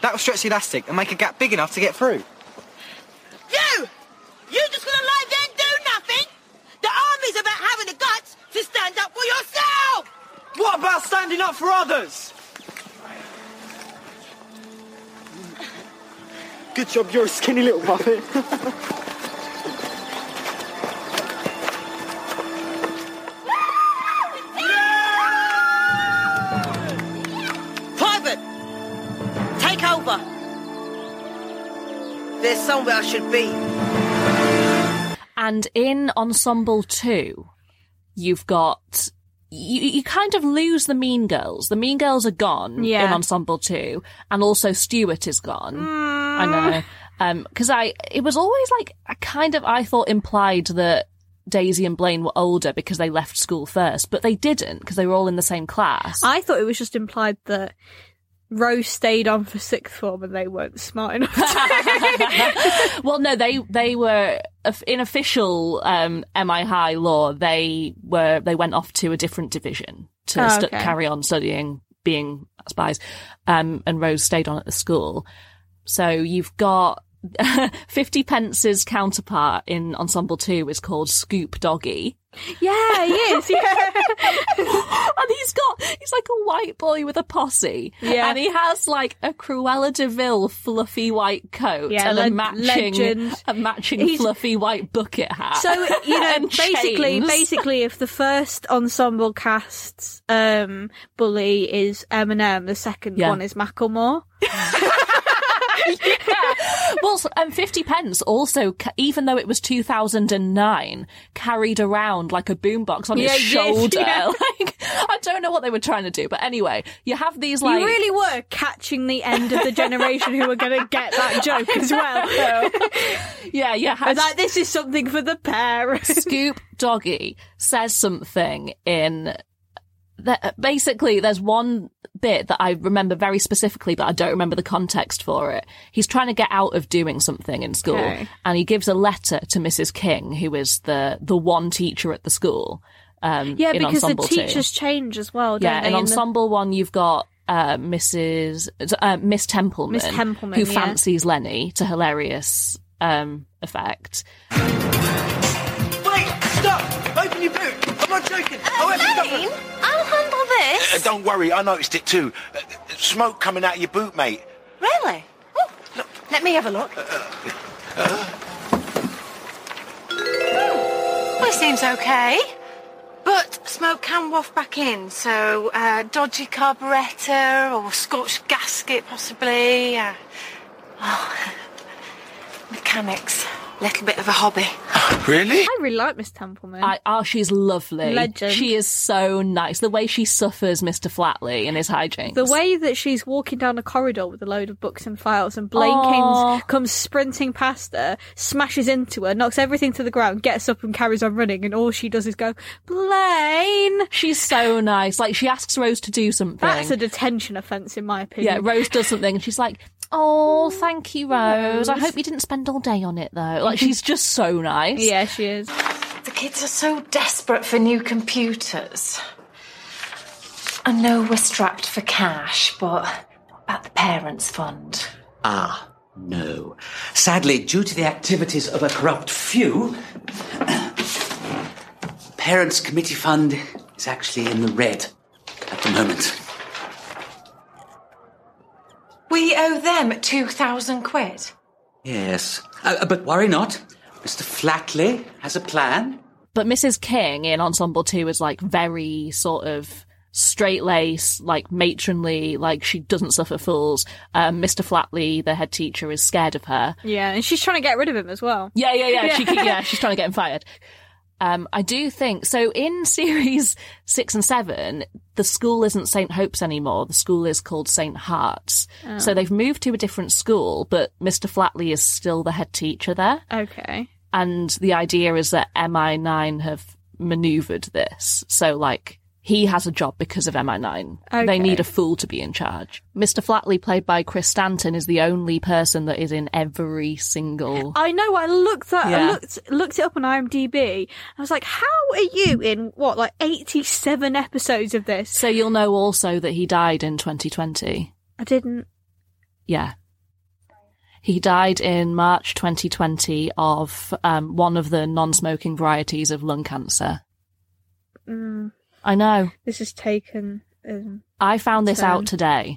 Speaker 18: That will stretch the elastic and make a gap big enough to get through.
Speaker 19: You! You just gonna lie there and do nothing? The army's about having the guts to stand up for yourself!
Speaker 18: What about standing up for others? Good job, you're a skinny little (laughs) puppet.
Speaker 19: Private! Take over! There's somewhere I should be.
Speaker 1: And in Ensemble 2, you've got you, you kind of lose the Mean Girls. The Mean Girls are gone
Speaker 2: Yeah.
Speaker 1: in Ensemble 2, and also Stewart is gone. I know. Because I, it was always like, I kind of, I thought implied that Daisy and Blaine were older because they left school first, but they didn't because they were all in the same class.
Speaker 2: (laughs) I thought it was just implied that Rose stayed on for sixth form and they weren't smart enough.
Speaker 1: (laughs) well, no, they they were in official um, MI High law. They were they went off to a different division to
Speaker 2: Oh,
Speaker 1: stu-
Speaker 2: okay.
Speaker 1: carry on studying being spies, um, and Rose stayed on at the school. So you've got (laughs) Fifty Pence's counterpart in Ensemble Two is called Scoop Doggy.
Speaker 2: Yeah, he is. (laughs) Yeah.
Speaker 1: (laughs) and he's got he's like a white boy with a posse.
Speaker 2: Yeah.
Speaker 1: And he has like a Cruella de Vil fluffy white coat
Speaker 2: Yeah,
Speaker 1: and a
Speaker 2: le-
Speaker 1: matching
Speaker 2: legend.
Speaker 1: a matching
Speaker 2: He's-
Speaker 1: fluffy white bucket hat.
Speaker 2: So
Speaker 1: (laughs)
Speaker 2: you know,
Speaker 1: And
Speaker 2: basically,
Speaker 1: chains.
Speaker 2: basically, if the first ensemble cast's um, bully is Eminem, the second
Speaker 1: Yeah.
Speaker 2: one is Macklemore.
Speaker 1: well, so- and fifty pence also, ca- even though it was two thousand and nine, carried around like a boombox on
Speaker 2: Yeah,
Speaker 1: his
Speaker 2: he did, (laughs)
Speaker 1: shoulder. (laughs)
Speaker 2: yeah.
Speaker 1: Like, I don't know what they were trying to do, but anyway, you have these like
Speaker 2: you really were catching the end of the generation who were going to get that joke as well.
Speaker 1: (laughs) yeah, yeah.
Speaker 2: I was like, this is something for the parents.
Speaker 1: Scoop Doggy says something in that basically there's one bit that I remember very specifically, but I don't remember the context for it. He's trying to get out of doing something in school,
Speaker 2: Okay.
Speaker 1: and he gives a letter to Mrs. King, who is the the one teacher at the school. Um,
Speaker 2: Yeah,
Speaker 1: in
Speaker 2: because the
Speaker 1: Ensemble 2.
Speaker 2: teachers change as well. Oh, Don't
Speaker 1: yeah,
Speaker 2: they?
Speaker 1: in
Speaker 2: the-
Speaker 1: ensemble one you've got uh, Mrs. Uh, Miss Templeman,
Speaker 2: Miss Templeman,
Speaker 1: who
Speaker 2: yeah.
Speaker 1: fancies Lenny to hilarious um, effect.
Speaker 19: Wait, stop! Open your boot! I'm not joking!
Speaker 18: Oh,
Speaker 7: Elaine, I'll handle this.
Speaker 3: Uh, don't worry, I noticed it too. Uh, uh, smoke coming out of your boot, mate. Uh,
Speaker 7: Really? Oh, look, let me have a look. Well, it seems okay. But smoke can waft back in, so uh, dodgy carburetor or scorched gasket possibly. Uh, oh, (laughs) mechanics, little bit of a hobby.
Speaker 3: Really?
Speaker 2: I really like Miss Templeman.
Speaker 1: I, oh, she's lovely.
Speaker 2: Legend.
Speaker 1: She is so nice. The way she suffers Mr. Flatley and his hijinks.
Speaker 2: The way that she's walking down a corridor with a load of books and files, and Blaine
Speaker 1: Aw.
Speaker 2: Kings comes sprinting past her, smashes into her, knocks everything to the ground, gets up and carries on running, and all she does is go, Blaine!
Speaker 1: She's so nice. Like, she asks Rose to do something.
Speaker 2: That's a detention offence, in my
Speaker 1: yeah,
Speaker 2: opinion.
Speaker 1: Rose does something and she's like, "Oh, thank you, Rose. I
Speaker 2: Rose."
Speaker 1: hope you didn't spend all day on it though." Like, she's just so nice.
Speaker 2: Yeah, she is.
Speaker 7: The kids are so desperate for new computers. I know we're strapped for cash, but what about the parents' fund?
Speaker 14: Ah, no. Sadly, due to the activities of a corrupt few, (clears throat) Parents' Committee Fund is actually in the red at the moment.
Speaker 7: We owe them 2,000 quid.
Speaker 14: Yes. Uh, but worry not. Mr. Flatley has a plan.
Speaker 1: But Mrs. King in Ensemble 2 is like very sort of straight laced, like matronly, like she doesn't suffer fools. Um, Mr. Flatley, the head teacher, is scared of her.
Speaker 2: Yeah, and she's trying to get rid of him as well.
Speaker 1: Yeah, yeah, yeah. She keep, yeah, she's trying to get him fired. Um, I do think so. In (laughs) series six and seven, the school isn't Saint Hope's anymore. The school is called Saint Hearts.
Speaker 2: Oh.
Speaker 1: So they've moved to a different school, but Mr. Flatley is still the head teacher there.
Speaker 2: (laughs) Okay.
Speaker 1: And the idea is that MI9 have manoeuvred this. So like he has a job because of MI9.
Speaker 2: Okay.
Speaker 1: They need a fool to be in charge. Mr. Flatley, played by Chris Stanton, is the only person that is in every single.
Speaker 2: I know. I looked that. I
Speaker 1: Yeah.
Speaker 2: looked looked it up on IMDb. I was like, "How are you in Um, what like eighty seven episodes of this?"
Speaker 1: So you'll know also that he died in 2020.
Speaker 2: I didn't.
Speaker 1: Yeah. He died in March 2020 of um, one of the non smoking varieties of lung cancer.
Speaker 2: Mm,
Speaker 1: I know.
Speaker 2: this is taken. Um,
Speaker 1: I found this
Speaker 2: Same.
Speaker 1: out today.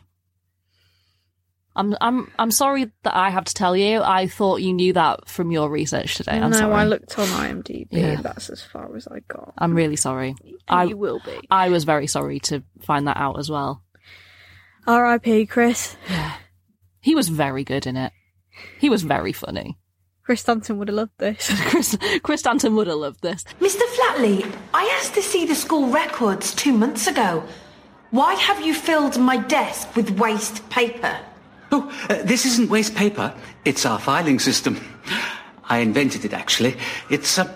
Speaker 1: I'm I'm I'm sorry that I have to tell you. I thought you knew that from your research today. I'm
Speaker 2: no,
Speaker 1: sorry.
Speaker 2: I looked on IMDb.
Speaker 1: Yeah.
Speaker 2: That's as far as I got.
Speaker 1: I'm really sorry. I
Speaker 2: you will be.
Speaker 1: I was very sorry to find that out as well.
Speaker 2: R.I.P. Chris.
Speaker 1: He was very good in it. He was very funny. (laughs)
Speaker 2: Chris Stanton would have loved this.
Speaker 1: Chris Chris Stanton would have loved this.
Speaker 7: Mr. Flatley, I asked to see the school records two months ago. Why have you filled my desk with waste paper?
Speaker 14: Uh, this isn't waste paper. It's our filing system. I invented it, actually. It's uh,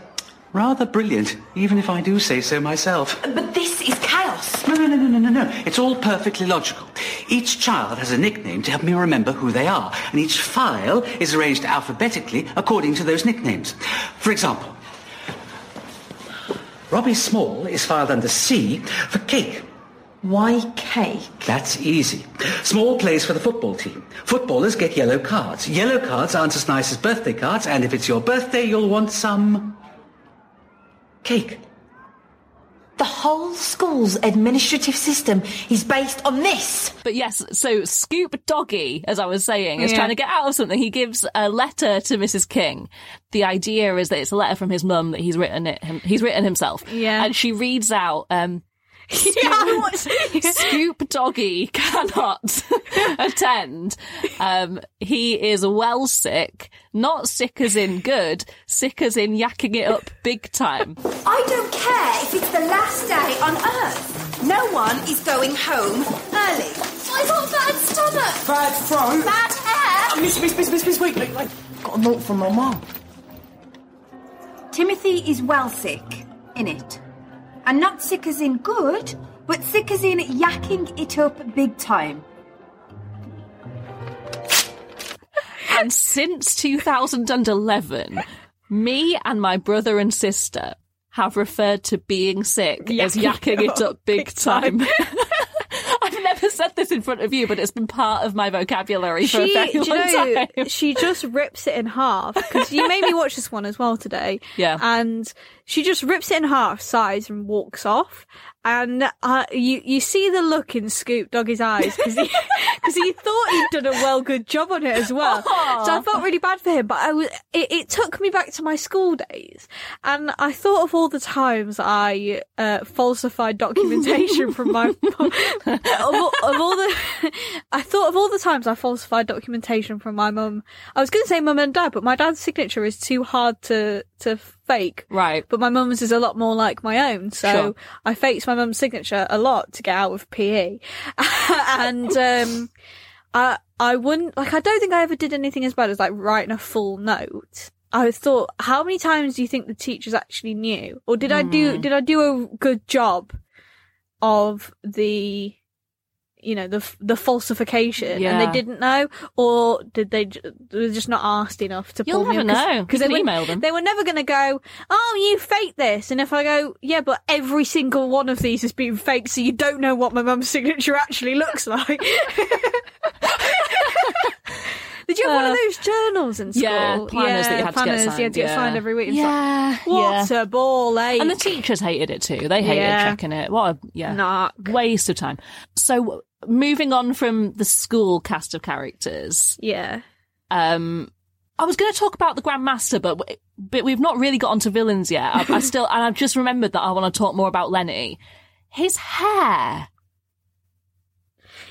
Speaker 14: rather brilliant, even if I do say so myself.
Speaker 7: But this is chaos.
Speaker 14: No, no, no, no, no, no, no. It's all perfectly logical. Each child has a nickname to help me remember who they are, and each file is arranged alphabetically according to those nicknames. For example, Robbie Small is filed under C for cake.
Speaker 7: Why cake?
Speaker 14: That's easy. Small plays for the football team. Footballers get yellow cards. Yellow cards aren't as nice as birthday cards, and if it's your birthday, you'll want some cake.
Speaker 7: The whole school's administrative system is based on this.
Speaker 1: But yes, so Scoop Doggy, as I was saying, is
Speaker 7: Yeah.
Speaker 1: trying to get out of something. He gives a letter to Mrs. King. The idea is that it's a letter from his mum that he's written it. Him, he's written himself.
Speaker 2: Yeah.
Speaker 1: and she reads out.
Speaker 7: (laughs)
Speaker 1: Um, Scoop Doggy cannot (laughs) attend. Um, he is well sick, not sick as in good, sick as in yakking it up big time.
Speaker 20: I don't care if it's the last day on Earth. No one is going home early. I've got bad stomach.
Speaker 11: Bad throat.
Speaker 20: Bad hair.
Speaker 11: Oh, miss, miss, miss, miss, miss, wait, wait, wait. Got a note from my mum.
Speaker 20: Timothy is well sick, in it. And not sick as in good, but sick as in yakking it up big time.
Speaker 1: and since 2011, me and my brother and sister have referred to being sick as
Speaker 2: Yakking
Speaker 1: yakking
Speaker 2: (laughs)
Speaker 1: it
Speaker 2: up
Speaker 1: up big time. (laughs) I've never said this in front of you, but it's been part of my vocabulary for a
Speaker 2: She,
Speaker 1: very
Speaker 2: do
Speaker 1: long
Speaker 2: you know,
Speaker 1: time.
Speaker 2: she just rips it in half because you made me watch this one as well today.
Speaker 1: Yeah.
Speaker 2: and she just rips it in half, sighs, and walks off. And uh, you you see the look in Scoop Doggy's eyes because he, (laughs) 'cause he thought he'd done a well good job on it as well.
Speaker 1: Aw.
Speaker 2: So I felt really bad for him, but I was, it, it took me back to my school days, and I thought of all the times I uh, falsified documentation from my (laughs) of, all, of all the, I thought of all the times I falsified documentation from my mum. I was going to say mum and dad, but my dad's signature is too hard to to fake.
Speaker 1: Right.
Speaker 2: But my mum's is a lot more like my own, so
Speaker 1: Sure.
Speaker 2: I faked my mum's signature a lot to get out of PE, (laughs) and um, I I wouldn't like. I don't think I ever did anything as bad as like writing a full note. I thought, how many times do you think the teachers actually knew, or did I do
Speaker 1: Hmm.
Speaker 2: did I do a good job of the you know the f- the falsification and
Speaker 1: Yeah.
Speaker 2: they didn't know or did they, j- they were just not asked enough to
Speaker 1: You'll
Speaker 2: pull me
Speaker 1: never know.
Speaker 2: because
Speaker 1: You
Speaker 2: they
Speaker 1: can
Speaker 2: were
Speaker 1: email them.
Speaker 2: they were never going to go oh you faked this and if i go yeah but every single one of these has been faked so you don't know what my mum's signature actually looks like (laughs) Did you have one
Speaker 1: Uh,
Speaker 2: of those journals in school?
Speaker 1: yeah, planners that you had to get
Speaker 2: planners you had to get
Speaker 1: signed,
Speaker 2: signed
Speaker 1: yeah.
Speaker 2: every week. It's like, what a ball, eh?
Speaker 1: And the teachers hated it too. They hated
Speaker 2: Yeah.
Speaker 1: checking it. What a yeah, waste of time. So moving on from the school cast of characters.
Speaker 2: Yeah.
Speaker 1: Um, I was going to talk about the Grandmaster, but w- but we've not really got onto villains yet. I, I still and I've just remembered that I want to talk more about Lenny. His hair.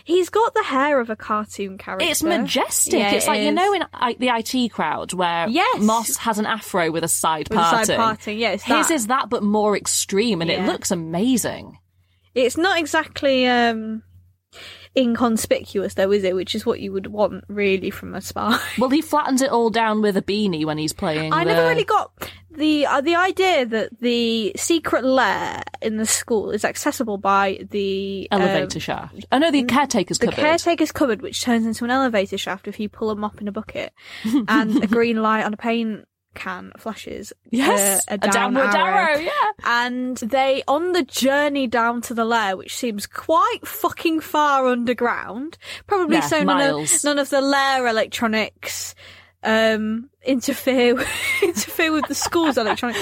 Speaker 2: He's got the hair of a cartoon character.
Speaker 1: It's majestic.
Speaker 2: Yeah,
Speaker 1: it's
Speaker 2: it
Speaker 1: like you
Speaker 2: is.
Speaker 1: know in I, the IT crowd where
Speaker 2: Yes.
Speaker 1: Moss has an afro with a side
Speaker 2: With a
Speaker 1: parting.
Speaker 2: side parting, yeah, it's
Speaker 1: his
Speaker 2: that.
Speaker 1: is that, but more extreme, and it
Speaker 2: Yeah.
Speaker 1: looks amazing.
Speaker 2: It's not exactly um inconspicuous though, is it? Which is what you would want really from a
Speaker 1: (laughs)
Speaker 2: spy.
Speaker 1: Well, he flattens it all down with a beanie when he's playing.
Speaker 2: I never
Speaker 1: the-
Speaker 2: really got the uh, the idea that the secret lair in the school is accessible by the um,
Speaker 1: elevator shaft. Oh no, the caretaker's
Speaker 2: Mm. the
Speaker 1: cupboard.
Speaker 2: caretaker's cupboard, which turns into an elevator shaft if you pull a mop in a bucket, and a
Speaker 1: (laughs)
Speaker 2: green light on a paint can flashes.
Speaker 1: Yes,
Speaker 2: uh, a,
Speaker 1: a
Speaker 2: down
Speaker 1: downward
Speaker 2: arrow.
Speaker 1: arrow, yeah.
Speaker 2: And they on the journey down to the lair, which seems quite fucking far underground. Probably
Speaker 1: Yeah,
Speaker 2: so none of,
Speaker 1: miles.
Speaker 2: none of the lair electronics um interfere with- (laughs) interfere with the school's electronics.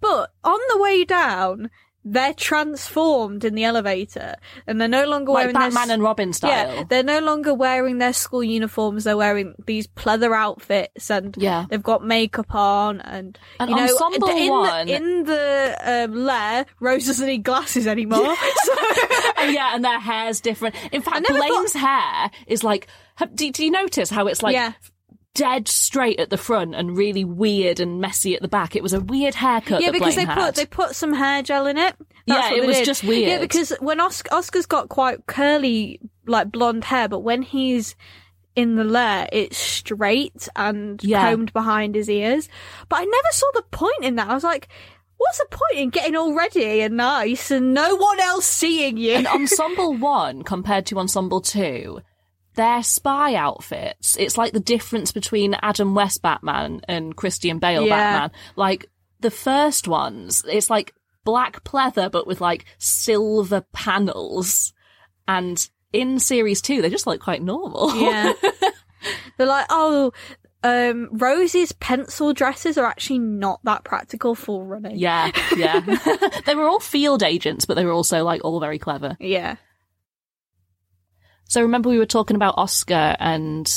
Speaker 2: But on the way down. They're transformed in the elevator, and they're no longer
Speaker 1: Like
Speaker 2: wearing their
Speaker 1: Batman
Speaker 2: s-
Speaker 1: and Robin style.
Speaker 2: Yeah, they're no longer wearing their school uniforms. They're wearing these pleather outfits, and
Speaker 1: Yeah.
Speaker 2: they've got makeup on. And
Speaker 1: And
Speaker 2: you know,
Speaker 1: Ensemble
Speaker 2: in the-
Speaker 1: One-
Speaker 2: in the um, lair, Rose doesn't need glasses
Speaker 1: (laughs)
Speaker 2: anymore. so
Speaker 1: And Oh, yeah, and their hair's different. In fact,
Speaker 2: never
Speaker 1: Blaine's hair is like. have- Do, do you notice how it's like?
Speaker 2: Yeah.
Speaker 1: dead straight at the front and really weird and messy at the back. It was a weird haircut.
Speaker 2: yeah,
Speaker 1: that
Speaker 2: because
Speaker 1: Blaine
Speaker 2: they
Speaker 1: had.
Speaker 2: put they put some hair gel in it. That's
Speaker 1: Yeah,
Speaker 2: what
Speaker 1: it
Speaker 2: they
Speaker 1: was
Speaker 2: did.
Speaker 1: just
Speaker 2: Yeah,
Speaker 1: weird.
Speaker 2: because when Oscar, Oscar's got quite curly, like blonde hair, but when he's in the lair, it's straight and
Speaker 1: Yeah.
Speaker 2: combed behind his ears. But I never saw the point in that. I was like, what's the point in getting all ready and nice and no one else (laughs) seeing you?
Speaker 1: And Ensemble 1 compared to Ensemble 2, their spy outfits, it's like the difference between Adam West Batman and Christian Bale
Speaker 2: Yeah.
Speaker 1: Batman. Like, the first ones, it's like black pleather, but with like silver panels. And in Series 2, they just look quite normal.
Speaker 2: Yeah. They're like, oh, um, Rose's pencil dresses are actually not that practical for running.
Speaker 1: yeah,
Speaker 2: (laughs)
Speaker 1: yeah. (laughs) they were all field agents, but they were also like all very clever.
Speaker 2: Yeah.
Speaker 1: So remember we were talking about Oscar and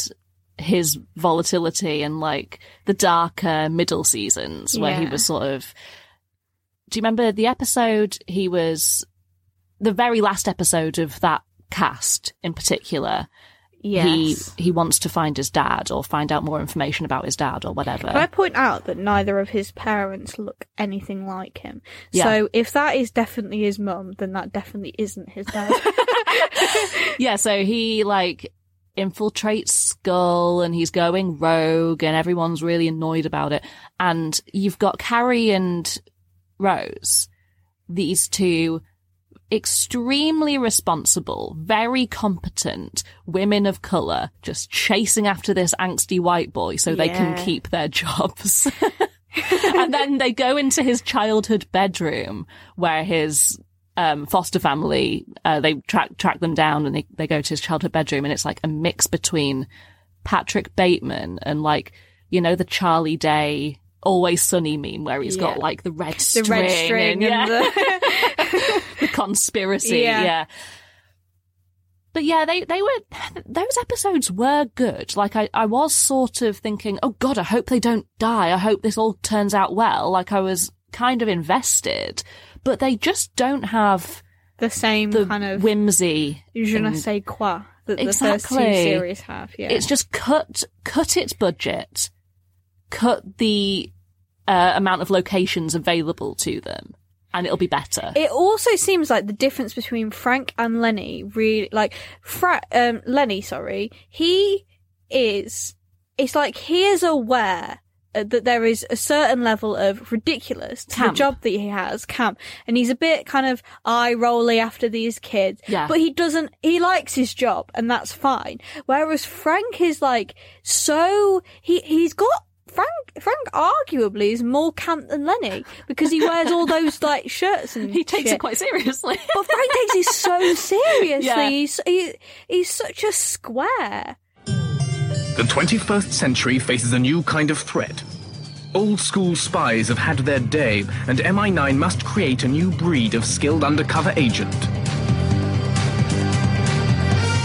Speaker 1: his volatility and like the darker middle seasons where he
Speaker 2: Yeah.
Speaker 1: was sort of Do you remember the episode he was the very last episode of that cast in particular?
Speaker 2: Yes.
Speaker 1: He he wants to find his dad or find out more information about his dad or whatever.
Speaker 2: Can I point out that neither of his parents look anything like him?
Speaker 1: Yeah.
Speaker 2: So if that is definitely his mum, then that definitely isn't his dad.
Speaker 1: yeah, so he like infiltrates Skull and he's going rogue and everyone's really annoyed about it. And you've got Carrie and Rose, these two extremely responsible, very competent women of colour just chasing after this angsty white boy so they can
Speaker 2: Yeah.
Speaker 1: keep their jobs. (laughs) and then they go into his childhood bedroom where his um, foster family uh, they track track them down and they, they go to his childhood bedroom and it's like a mix between Patrick Bateman and like you know the Charlie Day always sunny meme where he's got
Speaker 2: Yeah.
Speaker 1: like the red
Speaker 2: The
Speaker 1: string,
Speaker 2: red string and
Speaker 1: (laughs) the... (laughs) the conspiracy
Speaker 2: Yeah.
Speaker 1: yeah but yeah, they, they were, those episodes were good. Like I, I was sort of thinking, oh God, I hope they don't die. I hope this all turns out well. Like I was kind of invested, but they just don't have
Speaker 2: the same kind of
Speaker 1: whimsy.
Speaker 2: Je ne
Speaker 1: and-
Speaker 2: sais quoi that the first two
Speaker 1: Exactly.
Speaker 2: series have. Yeah.
Speaker 1: It's just cut, cut its budget, cut the uh, amount of locations available to them and it'll be better.
Speaker 2: It also seems like the difference between Frank and Lenny really like Fra- um Lenny, sorry, he is it's like he is aware uh, that there is a certain level of ridiculous to the
Speaker 1: Camp.
Speaker 2: job that he has, Camp, and he's a bit kind of eye rolly after these kids.
Speaker 1: Yeah.
Speaker 2: But he doesn't. He likes his job, and that's fine. Whereas Frank is like so. He he's got. Frank, Frank arguably is more camp than
Speaker 1: (laughs)
Speaker 2: Lenny because he wears all those like shirts and
Speaker 1: He takes it
Speaker 2: shit.
Speaker 1: quite seriously.
Speaker 2: But Frank takes it
Speaker 1: (laughs)
Speaker 2: so seriously.
Speaker 1: Yeah.
Speaker 2: He's he, he's such a square.
Speaker 21: The 21st century faces a new kind of threat. Old school spies have had their day, and MI9 must create a new breed of skilled undercover agent.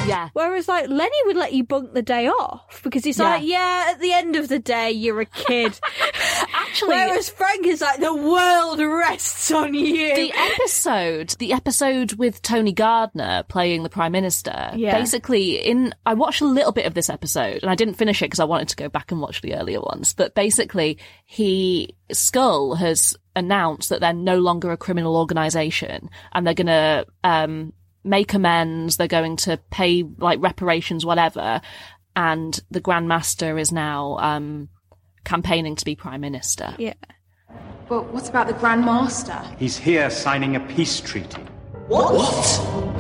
Speaker 1: Yeah.
Speaker 2: Whereas like Lenny would let you bunk the day off because he's
Speaker 1: Yeah.
Speaker 2: like, yeah, at the end of the day you're a kid.
Speaker 1: (laughs) Actually,
Speaker 2: Whereas Frank is like, the world rests on you.
Speaker 1: The episode, the episode with Tony Gardner playing the Prime Minister.
Speaker 2: Yeah.
Speaker 1: Basically, in I watched a little bit of this episode and I didn't finish it because I wanted to go back and watch the earlier ones. But basically, he Skull has announced that they're no longer a criminal organisation and they're going to um, make amends. They're going to pay like reparations, whatever. And the Grand Master is now um, campaigning to be Prime Minister.
Speaker 2: Yeah.
Speaker 22: But what about the Grand Master?
Speaker 23: He's here signing a peace treaty.
Speaker 22: What?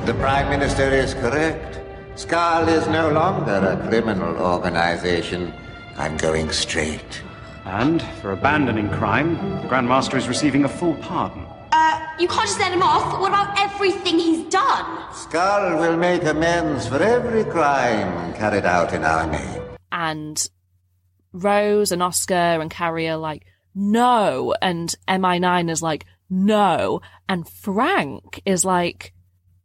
Speaker 24: The Prime Minister is correct. Skull is no longer a criminal organization. I'm going straight.
Speaker 23: And for abandoning crime, the Grand Master is receiving a full pardon.
Speaker 20: Uh, you can't just let him off. What about everything he's done?
Speaker 24: Skull will make amends for every crime carried out in our name.
Speaker 1: and Rose and Oscar and Carrie are like, no. And MI9 is like, no. And Frank is like,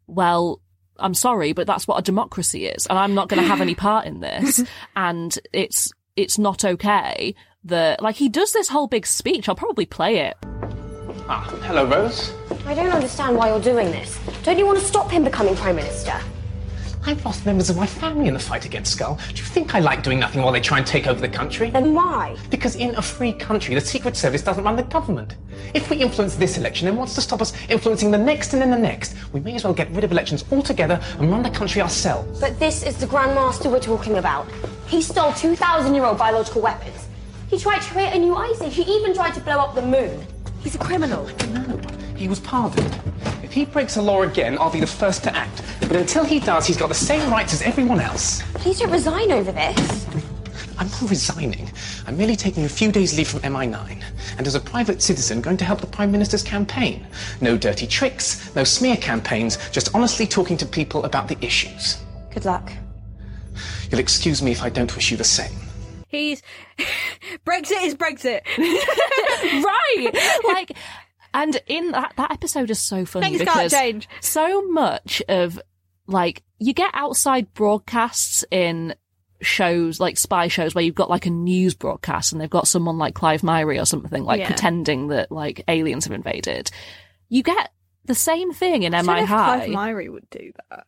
Speaker 1: well, I'm sorry, but that's what a democracy is. And I'm not going to have any part in this. And it's, it's not okay that, like, he does this whole big speech. I'll probably play it.
Speaker 23: Ah, hello, Rose.
Speaker 25: I don't understand why you're doing this. Don't you want to stop him becoming Prime Minister?
Speaker 12: I've lost members of my family in the fight against Skull. Do you think I like doing nothing while they try and take over the country? Then why? Because in a free country, the Secret Service doesn't run the government. If we influence this election, then what's to stop us influencing the next and then the next? We may as well get rid of elections altogether and run the country ourselves.
Speaker 5: But this is the Grand Master we're talking about. He stole 2,000 year old biological weapons. He tried to create a new ice age. He even tried to blow up the moon. He's a criminal.
Speaker 12: He was pardoned. If he breaks the law again, I'll be the first to act. But until he does, he's got the same rights as everyone else.
Speaker 5: Please don't resign over this.
Speaker 12: I'm not resigning. I'm merely taking a few days' leave from MI9, and as a private citizen, going to help the Prime Minister's campaign. No dirty tricks, no smear campaigns, just honestly talking to people about the issues.
Speaker 5: Good luck.
Speaker 12: You'll excuse me if I don't wish you the same.
Speaker 2: He's (laughs) Brexit is
Speaker 1: (laughs)
Speaker 2: Brexit. (laughs)
Speaker 1: right. Like and in that that episode is so funny
Speaker 2: Things can't
Speaker 1: because
Speaker 2: change.
Speaker 1: so much of like you get outside broadcasts in shows like spy shows where you've got like a news broadcast and they've got someone like Clive Myrie or something like
Speaker 2: Yeah.
Speaker 1: pretending that like aliens have invaded. You get the same thing in
Speaker 2: I
Speaker 1: MI
Speaker 2: don't know if
Speaker 1: High.
Speaker 2: Clive Myrie would do that.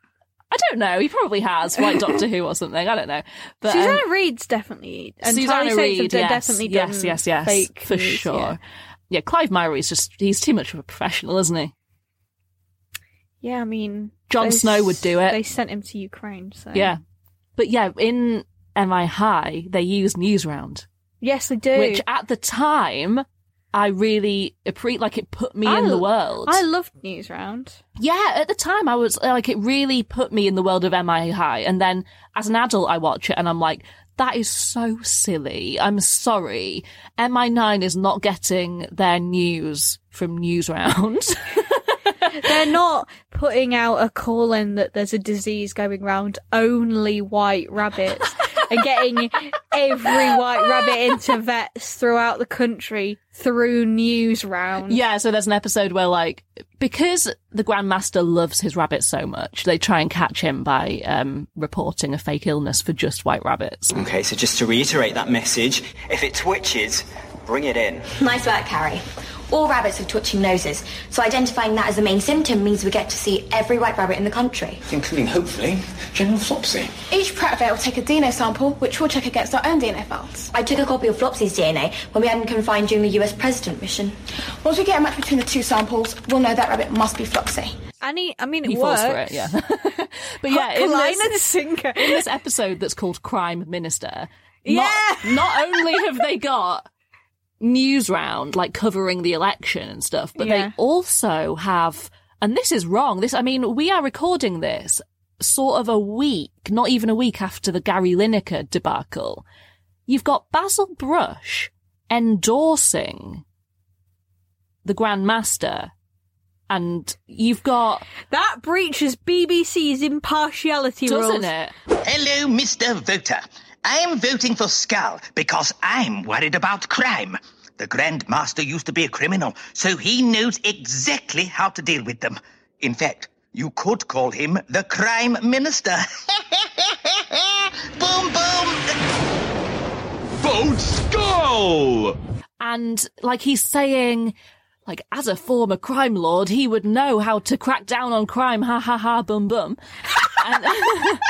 Speaker 1: I don't know. He probably has, for, like Doctor Who or something. I don't know. But
Speaker 2: Susanna
Speaker 1: um,
Speaker 2: Reid's definitely and
Speaker 1: Susanna
Speaker 2: Tyrone Saints have
Speaker 1: Reid,
Speaker 2: done-
Speaker 1: yes,
Speaker 2: definitely done
Speaker 1: yes, yes, yes,
Speaker 2: fake
Speaker 1: for
Speaker 2: news,
Speaker 1: sure.
Speaker 2: Yeah.
Speaker 1: Yeah. Clive Myrie is just—he's too much of a professional, isn't he?
Speaker 2: Yeah, I mean,
Speaker 1: Jon
Speaker 2: they
Speaker 1: Snow would do it.
Speaker 2: They sent him to Ukraine, so
Speaker 1: Yeah, but yeah, in MI High they use Newsround,
Speaker 2: yes, they do.
Speaker 1: which at the time I really appreciate. Like it put me
Speaker 2: I
Speaker 1: in the
Speaker 2: lo-
Speaker 1: world.
Speaker 2: I loved Newsround.
Speaker 1: Yeah, at the time I was like, it really put me in the world of MI High. And then as an adult, I watch it and I'm like, that is so silly. I'm sorry. MI9 is not getting their news from (laughs) Newsround.
Speaker 2: (laughs) They're not putting out a call in that there's a disease going round only white rabbits and getting every white rabbit into vets throughout the country through Newsround.
Speaker 1: yeah, so there's an episode where like, because the Grandmaster loves his rabbit so much, they try and catch him by um, reporting a fake illness for just white rabbits.
Speaker 2: Mm.
Speaker 8: Okay, so just to reiterate that message, if it twitches, bring it in.
Speaker 4: Nice work, Carrie. All rabbits have twitching noses, so identifying that as the main symptom means we get to see every white rabbit in the country.
Speaker 8: Including, hopefully, General Flopsy.
Speaker 4: Each Pratt will take a DNA sample, which we'll check against our own DNA files. I took a copy of Flopsy's DNA when we had him confined during the US president mission. Once we get a match between the two samples, we'll know that rabbit must be Flopsy.
Speaker 2: And he, I mean, it
Speaker 1: He
Speaker 2: works.
Speaker 1: falls for it, yeah. (laughs)
Speaker 2: (laughs)
Speaker 1: But yeah, in
Speaker 2: Line
Speaker 1: this,
Speaker 2: and sinker.
Speaker 1: in this episode that's called Crime Minister,
Speaker 2: Yeah.
Speaker 1: not, (laughs) not only have
Speaker 2: (laughs)
Speaker 1: they got news round like covering the election and stuff, but
Speaker 2: Yeah.
Speaker 1: they also have, and this is wrong. This, I mean, we are recording this sort of a week, not even a week after the Gary Lineker debacle. You've got Basil Brush endorsing the Grand Master, and you've got
Speaker 2: that breaches BBC's impartiality
Speaker 1: doesn't
Speaker 2: rules.
Speaker 1: it?
Speaker 10: Hello, Mr. Voter. I'm voting for Skull because I'm worried about crime. The Grand Master used to be a criminal, so he knows exactly how to deal with them. In fact, you could call him the Crime Minister. (laughs) boom, boom!
Speaker 15: Vote Skull!
Speaker 1: and like he's saying like as a former crime lord he would know how to crack down on crime ha ha ha bum bum and
Speaker 2: (laughs) forgot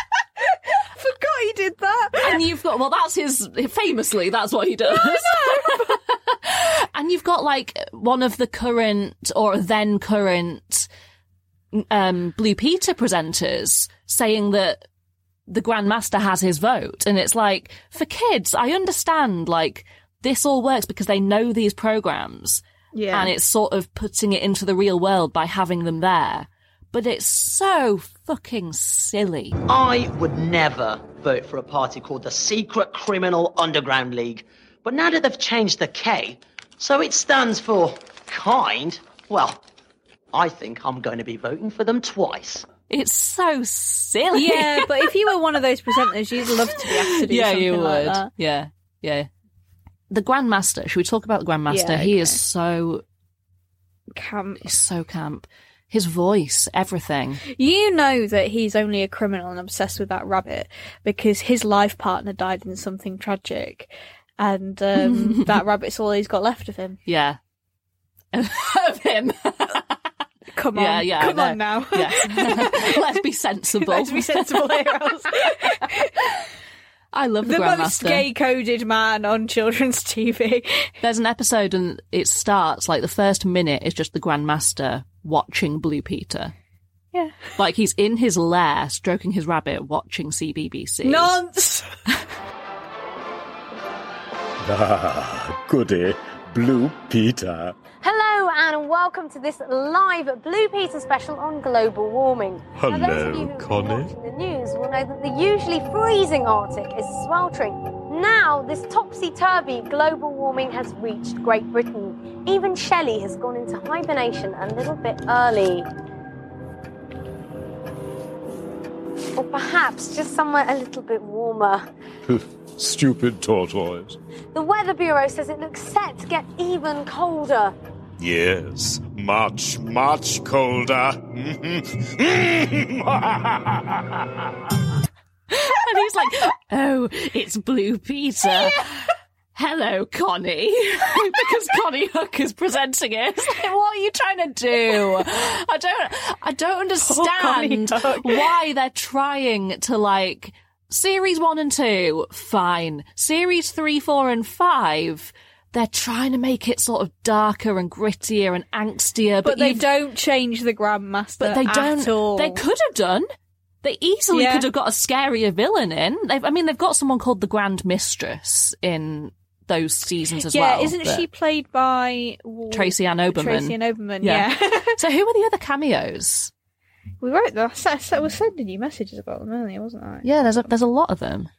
Speaker 2: he did that
Speaker 1: and you've got well that's his famously that's what
Speaker 2: (laughs)
Speaker 1: he does (laughs) and you've got like one of the current or then current um blue peter presenters saying that the grandmaster has his vote and it's like for kids i understand like this all works because they know these programs
Speaker 2: Yeah.
Speaker 1: and it's sort of putting it into the real world by having them there but it's so fucking silly
Speaker 13: I would never vote for a party called the Secret Criminal Underground League, but now that they've changed the K, so it stands for kind, well, I think I'm going to be voting for them twice.
Speaker 1: It's so silly.
Speaker 2: Yeah, but if you were one of those presenters, you'd love to be asked to do
Speaker 1: yeah,
Speaker 2: something
Speaker 1: you would.
Speaker 2: like that.
Speaker 1: Yeah, yeah. The Grandmaster. Should we talk about the Grandmaster?
Speaker 2: Yeah,
Speaker 1: He is so
Speaker 2: camp.
Speaker 1: He's so camp. His voice, everything.
Speaker 2: You know that he's only a criminal and obsessed with that rabbit because his life partner died in something tragic, and um,
Speaker 1: (laughs)
Speaker 2: that rabbit's all he's got left of him.
Speaker 1: Yeah, of him.
Speaker 2: Come on.
Speaker 1: Yeah, yeah, (laughs)
Speaker 2: Come
Speaker 1: no.
Speaker 2: on now.
Speaker 1: Yes. Let's be sensible.
Speaker 2: Let's be sensible here.
Speaker 1: (laughs) I love the,
Speaker 2: the
Speaker 1: Grandmaster.
Speaker 2: most gay coded man on children's TV.
Speaker 1: There's an episode and it starts like the first minute is just the Grandmaster watching Blue Peter.
Speaker 2: Yeah.
Speaker 1: Like he's in his lair, stroking his rabbit, watching CBBC.
Speaker 2: Nonce!
Speaker 15: Ah, (laughs) goody. Blue Peter.
Speaker 5: Hello and welcome to this live Blue Peter special on global warming. Now, those of you
Speaker 15: Hello, Connie.
Speaker 5: watching the news will know that the usually freezing Arctic is sweltering. Now, this topsy-turvy global warming has reached Great Britain. Even Shelley has gone into hibernation a little bit early. Or perhaps just somewhere a little bit warmer.
Speaker 15: (laughs) Stupid tortoise.
Speaker 5: The Weather Bureau says it looks set to get even colder.
Speaker 15: Yes, much, much colder.
Speaker 1: (laughs) and he's like, oh, it's Blue Peter. Hello, Connie. (laughs) because Connie Hook is presenting it. It's like, what are you trying to do? I don't, I don't
Speaker 2: Connie
Speaker 1: understand
Speaker 2: Hook.
Speaker 1: why they're trying to like series one and two, fine. Series three, four, and five. They're trying to make it sort of darker and grittier and angstier, but,
Speaker 2: But they
Speaker 1: you've-
Speaker 2: don't change the Grandmaster
Speaker 1: but they
Speaker 2: Uh, at
Speaker 1: don't.
Speaker 2: all.
Speaker 1: They could have done. They easily
Speaker 2: Yeah.
Speaker 1: could have got a scarier villain in. They've, I mean, they've got someone called the Grand Mistress in those seasons as
Speaker 2: yeah,
Speaker 1: well.
Speaker 2: isn't
Speaker 1: but-
Speaker 2: she played by
Speaker 1: Tracy Ann Oberman?
Speaker 2: Tracy Ann Oberman,
Speaker 1: so who are the other cameos?
Speaker 2: (laughs) We wrote that. I s- was sending you messages about them earlier, wasn't I?
Speaker 1: Yeah, there's a, there's a lot of them.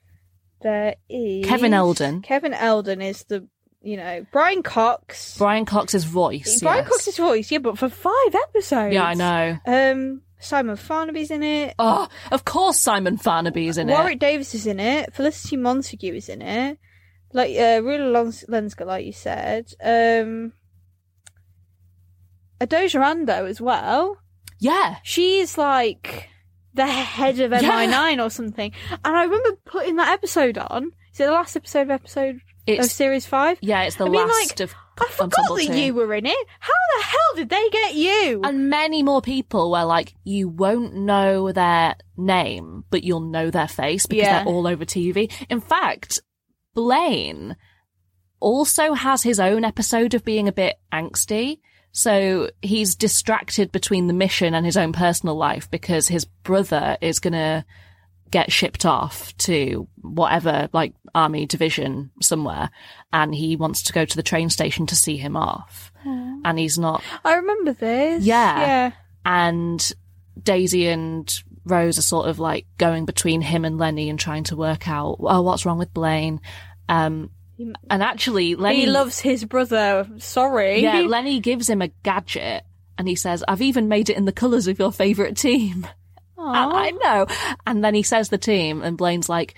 Speaker 2: There is
Speaker 1: Kevin Eldon.
Speaker 2: Kevin Eldon is the you know Brian Cox.
Speaker 1: Brian Cox's voice.
Speaker 2: Brian
Speaker 1: yes.
Speaker 2: Cox's voice, yeah, but for five episodes.
Speaker 1: Yeah, I know.
Speaker 2: Um, Simon Farnaby's in it.
Speaker 1: Oh, of course, Simon Farnaby's in
Speaker 2: Warwick
Speaker 1: it.
Speaker 2: Davis is in it. Felicity Montague is in it. Like uh, Rula Lons- Lenska, like you said. Um, Adoja Rando as well.
Speaker 1: Yeah,
Speaker 2: she's like the head of
Speaker 1: Yeah.
Speaker 2: MI9 or something. And I remember putting that episode on. Is it the last episode of episode
Speaker 1: It's-
Speaker 2: of series five?
Speaker 1: Yeah, it's the
Speaker 2: I mean,
Speaker 1: last
Speaker 2: like,
Speaker 1: of.
Speaker 2: I forgot
Speaker 1: Ensemble
Speaker 2: that
Speaker 1: two.
Speaker 2: you were in it. How the hell did they get you?
Speaker 1: And many more people were like, you won't know their name, but you'll know their face because
Speaker 2: Yeah.
Speaker 1: they're all over TV. In fact, Blaine also has his own episode of being a bit angsty. So he's distracted between the mission and his own personal life because his brother is going to get shipped off to whatever, like army division somewhere. And he wants to go to the train station to see him off. And he's not
Speaker 2: I remember this.
Speaker 1: yeah.
Speaker 2: Yeah.
Speaker 1: And Daisy and Rose are sort of like going between him and Lenny and trying to work out, oh, what's wrong with Blaine? Um, and actually, Lenny
Speaker 2: He loves his brother. Sorry.
Speaker 1: Yeah, Lenny gives him a gadget, and he says, "I've even made it in the colours of your favourite team." (laughs) And I know. And then he says the team, and Blaine's like,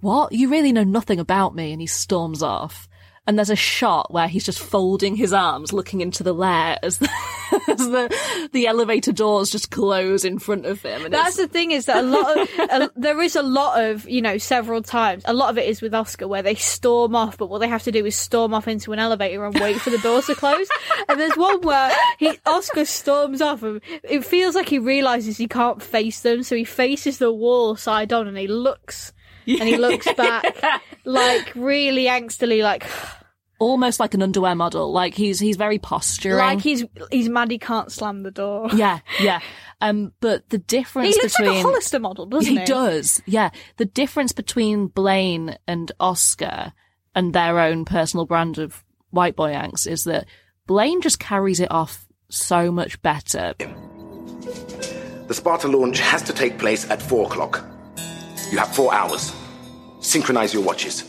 Speaker 1: "What? You really know nothing about me?" And he storms off. And there's a shot where he's just folding his arms, looking into the lair as the, (laughs) as the the elevator doors just close in front of him. And
Speaker 2: That's the
Speaker 1: it's-
Speaker 2: thing is that a lot of a, there is a lot of you know several times a lot of it is with Oscar where they storm off, but what they have to do is storm off into an elevator and wait for the doors to close. And there's one where he Oscar storms off, and it feels like he realizes he can't face them, so he faces the wall side on, and he looks and he looks
Speaker 1: (laughs)
Speaker 2: back like really angstily, like (sighs)
Speaker 1: almost like an underwear model. Like he's he's very posturing.
Speaker 2: like he's he's mad he can't slam the door.
Speaker 1: (laughs) yeah, yeah. Um, but the difference
Speaker 2: he looks
Speaker 1: between
Speaker 2: like a Hollister model, doesn't he?
Speaker 1: he does. Yeah. The difference between Blaine and Oscar and their own personal brand of white boy angst is that Blaine just carries it off so much better.
Speaker 3: The Sparta launch has to take place at 4 o'clock. You have four hours. Synchronize your watches.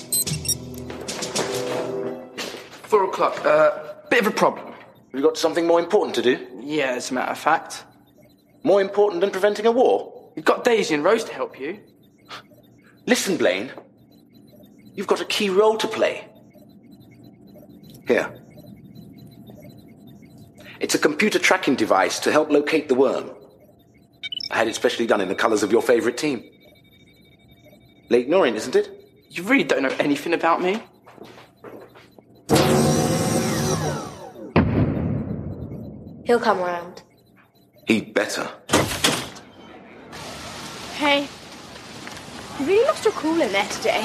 Speaker 3: 4 o'clock. Uh, bit of a problem. Have you got something more important to do?
Speaker 6: Yeah, as a matter of fact.
Speaker 3: More important than preventing a war?
Speaker 6: You've got Daisy and Rose to help you.
Speaker 3: Listen, Blaine. You've got a key role to play. Here. It's a computer tracking device to help locate the worm. I had it specially done in the colors of your favorite team. Lake Norrin, isn't it?
Speaker 6: You really don't know anything about me.
Speaker 4: He'll come round.
Speaker 3: He'd better.
Speaker 9: Hey, you really lost your cool in there today.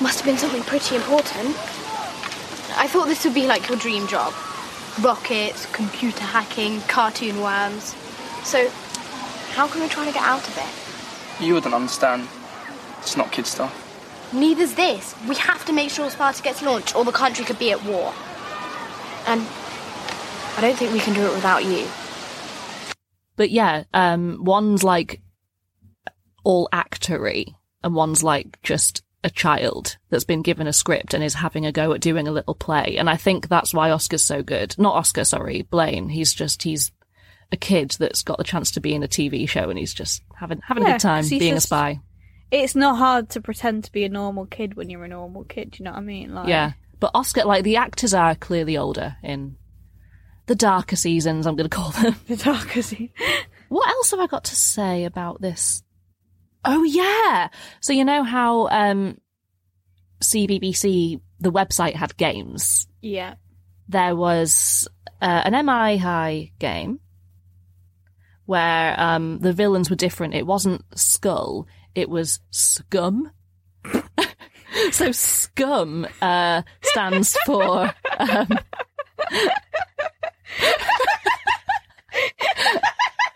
Speaker 9: Must have been something pretty important. I thought this would be like your dream job rockets, computer hacking, cartoon worms. So, how come you're trying to get out of it?
Speaker 6: You wouldn't understand. It's not kid stuff.
Speaker 9: Neither's this. We have to make sure Sparta gets launched, or the country could be at war. And I don't think we can do it without you.
Speaker 1: But yeah, um, one's like all actory, and one's like just a child that's been given a script and is having a go at doing a little play. And I think that's why Oscar's so good. Not Oscar, sorry, Blaine. He's just he's a kid that's got the chance to be in a TV show, and he's just having having a
Speaker 2: Yeah,
Speaker 1: good time
Speaker 2: 'cause he's
Speaker 1: being
Speaker 2: just-
Speaker 1: a spy.
Speaker 2: It's not hard to pretend to be a normal kid when you're a normal kid. Do you know what I mean? Like,
Speaker 1: Yeah. But Oscar, like the actors are clearly older in the darker seasons, I'm going to call them.
Speaker 2: The darker seasons.
Speaker 1: What else have I got to say about this? Oh, yeah. So, you know how um, CBBC, the website, had games?
Speaker 2: Yeah.
Speaker 1: There was uh, an MI High game where um, the villains were different. It wasn't Skull, it was Scum. (laughs) so scum uh, stands for um,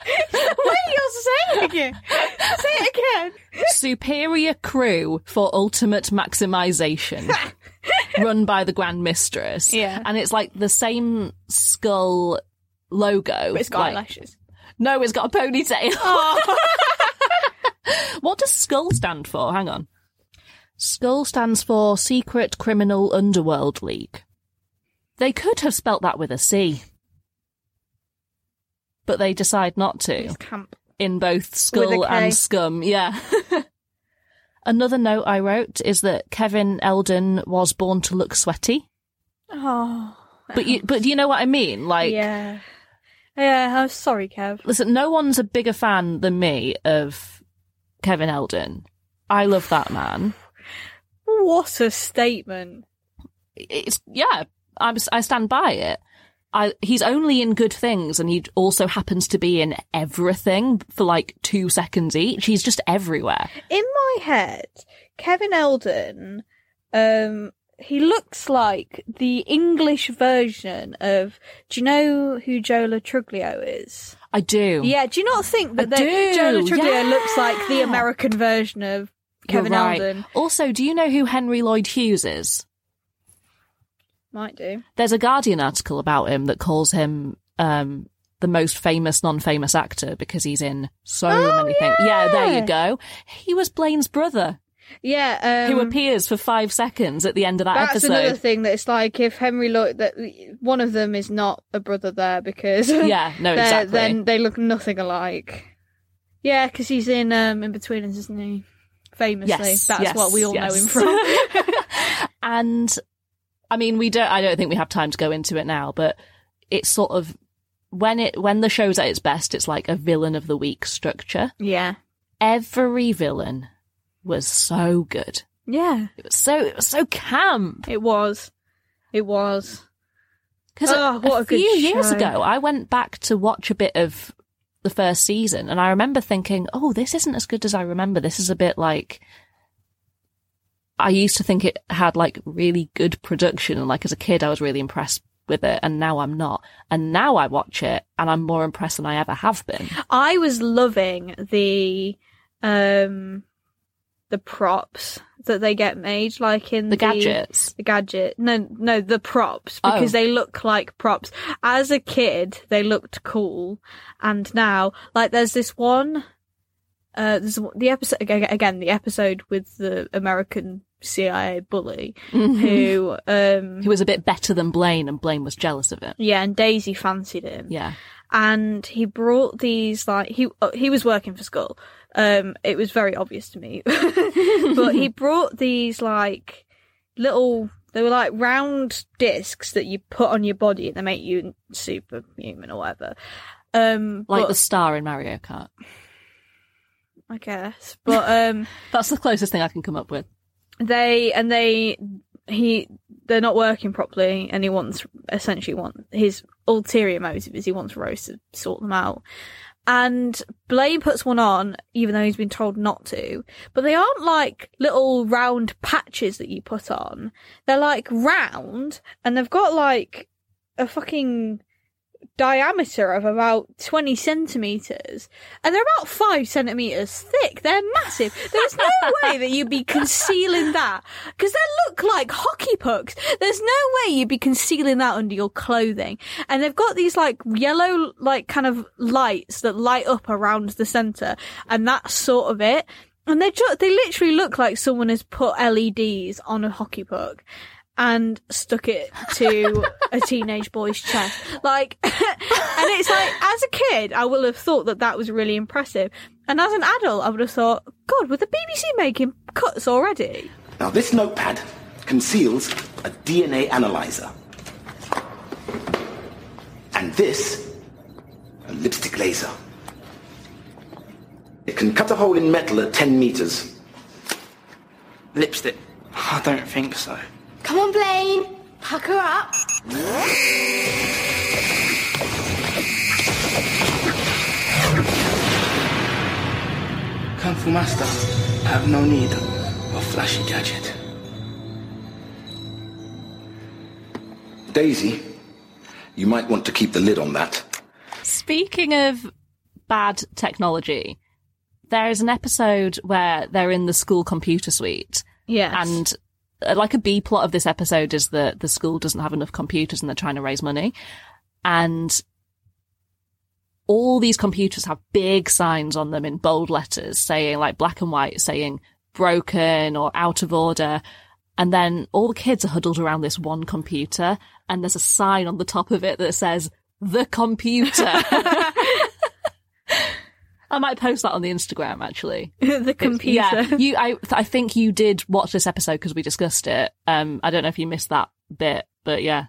Speaker 2: Wait, you're saying it
Speaker 1: (laughs)
Speaker 2: again. Say it again.
Speaker 1: superior crew for
Speaker 2: (laughs)
Speaker 1: ultimate maximization run by the grand mistress
Speaker 2: Yeah.
Speaker 1: and it's like the same skull logo
Speaker 2: But it's got
Speaker 1: like-
Speaker 2: eyelashes.
Speaker 1: no it's got a ponytail what does skull stand for hang on skull stands for secret criminal underworld league they could have spelt that with a c but they decide not to
Speaker 2: camp.
Speaker 1: in both
Speaker 2: With
Speaker 1: skull
Speaker 2: a K.
Speaker 1: and scum yeah (laughs) Another note I wrote is that Kevin Eldon was born to look sweaty.
Speaker 2: Oh.
Speaker 1: But you, but do you know what I mean? Like,
Speaker 2: yeah. Yeah, I'm sorry, Kev.
Speaker 1: listen, no one's a bigger fan than me of Kevin Eldon. I love that man.
Speaker 2: What a statement.
Speaker 1: It's yeah, I'm, I stand by it. I, he's only in good things, and he also happens to be in everything for like two seconds each. He's just everywhere.
Speaker 2: In my head, Kevin Eldon, um, he looks like the English version of. Do you know who Joe Latruglio is?
Speaker 1: I do.
Speaker 2: Yeah, do you not think that
Speaker 1: Um, I
Speaker 2: they-
Speaker 1: do,
Speaker 2: Joe Latruglio
Speaker 1: yeah.
Speaker 2: looks like the American version of
Speaker 1: You're
Speaker 2: Kevin
Speaker 1: right.
Speaker 2: Eldon?
Speaker 1: Also, do you know who Henry Lloyd Hughes is?
Speaker 2: Might do.
Speaker 1: There's a Guardian article about him that calls him um, the most famous non-famous actor because he's in so
Speaker 2: Oh,
Speaker 1: many things. Yeah, there you go. He was Blaine's brother,
Speaker 2: Yeah, um,
Speaker 1: who appears for five seconds at the end of that
Speaker 2: that's
Speaker 1: episode.
Speaker 2: another thing that it's like if Henry Lloyd that one of them is not a brother there because
Speaker 1: Yeah,
Speaker 2: (laughs)
Speaker 1: no,
Speaker 2: they're-
Speaker 1: exactly.
Speaker 2: Then they look nothing alike. Yeah, because he's in um, in between us, isn't he? Famously,
Speaker 1: Yes,
Speaker 2: that's
Speaker 1: yes,
Speaker 2: what we all know
Speaker 1: yes.
Speaker 2: him
Speaker 1: (laughs)
Speaker 2: from.
Speaker 1: and I mean, we don't. I don't think we have time to go into it now, but it's sort of when it when the show's at its best, it's like a villain of the week structure.
Speaker 2: yeah,
Speaker 1: Every villain was so good.
Speaker 2: yeah.
Speaker 1: It was so it was so camp.
Speaker 2: It was, it was.
Speaker 1: Because
Speaker 2: Oh,
Speaker 1: a,
Speaker 2: what a good
Speaker 1: few years
Speaker 2: show.
Speaker 1: ago, I went back to watch a bit of the first season, and I remember thinking, "Oh, this isn't as good as I remember. This is a bit like." I used to think it had like really good production, and like as a kid, I was really impressed with it, and now I'm not. And now I watch it, and I'm more impressed than I ever
Speaker 2: (laughs)
Speaker 1: have been.
Speaker 2: I was loving the um the props that they get made, like in
Speaker 1: The gadgets?
Speaker 2: The gadget. No, no, the props
Speaker 1: Oh.
Speaker 2: because they look like props. As a kid, they looked cool, and now, like, there's this one. Uh, there's one- the episode aga- again. The episode with the American CIA bully
Speaker 1: Mhm.
Speaker 2: who um
Speaker 1: He was a bit better than Blaine, and Blaine was jealous of it.
Speaker 2: yeah, and Daisy fancied him
Speaker 1: Yeah.
Speaker 2: and he brought these like he uh, he was working for school. Um, it was very obvious to me, but
Speaker 1: (laughs)
Speaker 2: he brought these like little. They were like round discs that you put on your body and they make you (laughs) superhuman or whatever. Um,
Speaker 1: Like
Speaker 2: but-
Speaker 1: the star in Mario Kart.
Speaker 2: I guess, but um,
Speaker 1: (laughs) That's the closest thing I can come up with.
Speaker 2: they and they he they're not working properly and he wants essentially want his ulterior motive is he wants Rose to sort them out. And Blaine puts one on, even though he's been told not to. But they aren't like little round patches that you put on. They're like round, and they've got like a fucking diameter of about 20 centimeters and they're about 5 centimeters thick they're massive there's no way that you'd be concealing that because they look like hockey pucks there's no way you'd be concealing that under your clothing and they've got these like yellow like kind of lights that light up around the center and that's sort of it and they ju- they literally look like someone has put LEDs on a hockey puck and stuck it to a teenage boy's chest. Like, and it's like, as a kid, I will have thought that that was really impressive. And as an adult, I would have thought, God, were the BBC making cuts already?
Speaker 3: Now, this notepad conceals a DNA analyzer. And this, a lipstick laser. It can cut a hole in metal at 10 meters.
Speaker 6: Lipstick. I don't think so.
Speaker 9: Come on, Blaine. Pack her up.
Speaker 6: Kung Fu Master, have no need of flashy gadget.
Speaker 3: Daisy, you might want to keep the lid on that.
Speaker 1: Speaking of bad technology, there is an episode where they're in the school computer suite.
Speaker 2: Yes.
Speaker 1: And uh, like a B plot of this episode is that the school doesn't have enough computers and they're trying to raise money. And all these computers have big signs on them in bold letters saying like black and white saying broken or out of order. And then all the kids are huddled around this one computer and there's a sign on the top of it that says the computer.
Speaker 2: (laughs)
Speaker 1: I might post that on the Instagram actually.
Speaker 2: (laughs) the computer.
Speaker 1: Yeah, you. I I think you did watch this episode because we discussed it. Um, I don't know if you missed that bit, but yeah,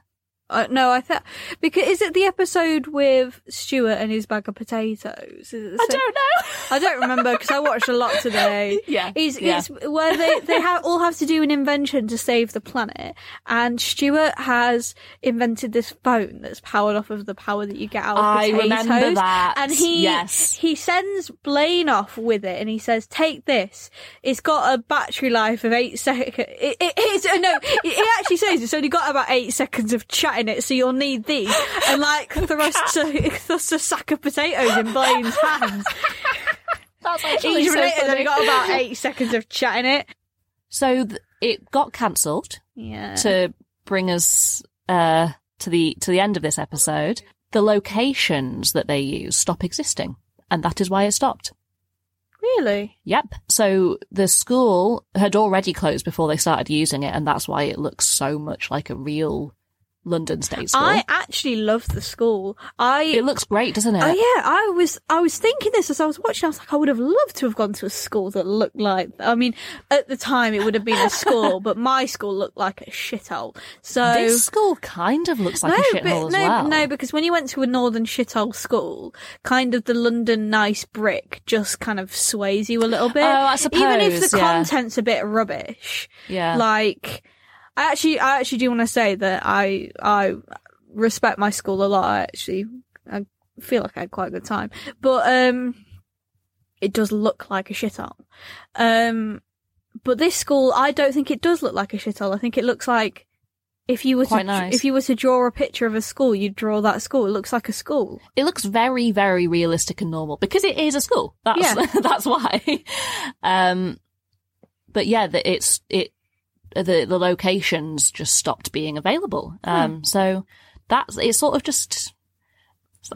Speaker 2: Uh, no, I thought because is it the episode with Stuart and his bag of potatoes? Is it the
Speaker 1: I
Speaker 2: same-
Speaker 1: don't know.
Speaker 2: I don't remember because I watched a lot today.
Speaker 1: Yeah,
Speaker 2: it's,
Speaker 1: yeah.
Speaker 2: it's where they they ha all have to do an invention to save the planet, and Stuart has invented this phone that's powered off of the power that you get out of
Speaker 1: I
Speaker 2: potatoes.
Speaker 1: remember that.
Speaker 2: And he
Speaker 1: Yes.
Speaker 2: he sends Blaine off with it, and he says, "Take this. It's got a battery life of eight seconds. It, it, it's uh, no, he actually says it's only got about eight seconds of chat in it, so you'll need these." And like
Speaker 1: (laughs)
Speaker 2: thrusts a, thrusts a sack of potatoes in Blaine's hands.
Speaker 1: (laughs) That's
Speaker 2: Each minute, and then we got about
Speaker 1: (laughs)
Speaker 2: eight seconds of chat in it.
Speaker 1: So th- it got cancelled.
Speaker 2: Yeah.
Speaker 1: To bring us uh, to the to the end of this episode, the locations that they use stop existing, and that is why it stopped.
Speaker 2: Really?
Speaker 1: Yep. So the school had already closed before they started using it, and that's why it looks so much like a real London state school.
Speaker 2: I actually love the school. I
Speaker 1: it looks great, doesn't it?
Speaker 2: Oh yeah, I was I was thinking this as I was watching. I was like, I would have loved to have gone to a school that looked like. I mean, at the time it would have been a
Speaker 1: (laughs)
Speaker 2: school, but my school looked like a shithole. So
Speaker 1: This school kind of looks like a
Speaker 2: but-
Speaker 1: shithole as
Speaker 2: no,
Speaker 1: well.
Speaker 2: No, because when you went to a northern shithole school, kind of the London nice brick just kind of sways you a little bit.
Speaker 1: Oh, I
Speaker 2: Even if
Speaker 1: suppose,
Speaker 2: the
Speaker 1: yeah.
Speaker 2: content's a bit rubbish.
Speaker 1: Yeah.
Speaker 2: Like, I actually, I actually do want to say that I, I respect my school a lot. I actually, I feel like I had quite a good time, but um, it does look like a shithole. Um, but this school, I don't think it does look like a shithole. I think it looks like if you were
Speaker 1: Quite
Speaker 2: to,
Speaker 1: nice.
Speaker 2: if you were to draw a picture of a school, you'd draw that school. It looks like a school.
Speaker 1: It looks very, very realistic and normal because it is a school. That's (laughs) that's why. Um, but yeah, the, it's it the the locations just stopped being available.
Speaker 2: Hmm.
Speaker 1: Um, so that's it's sort of just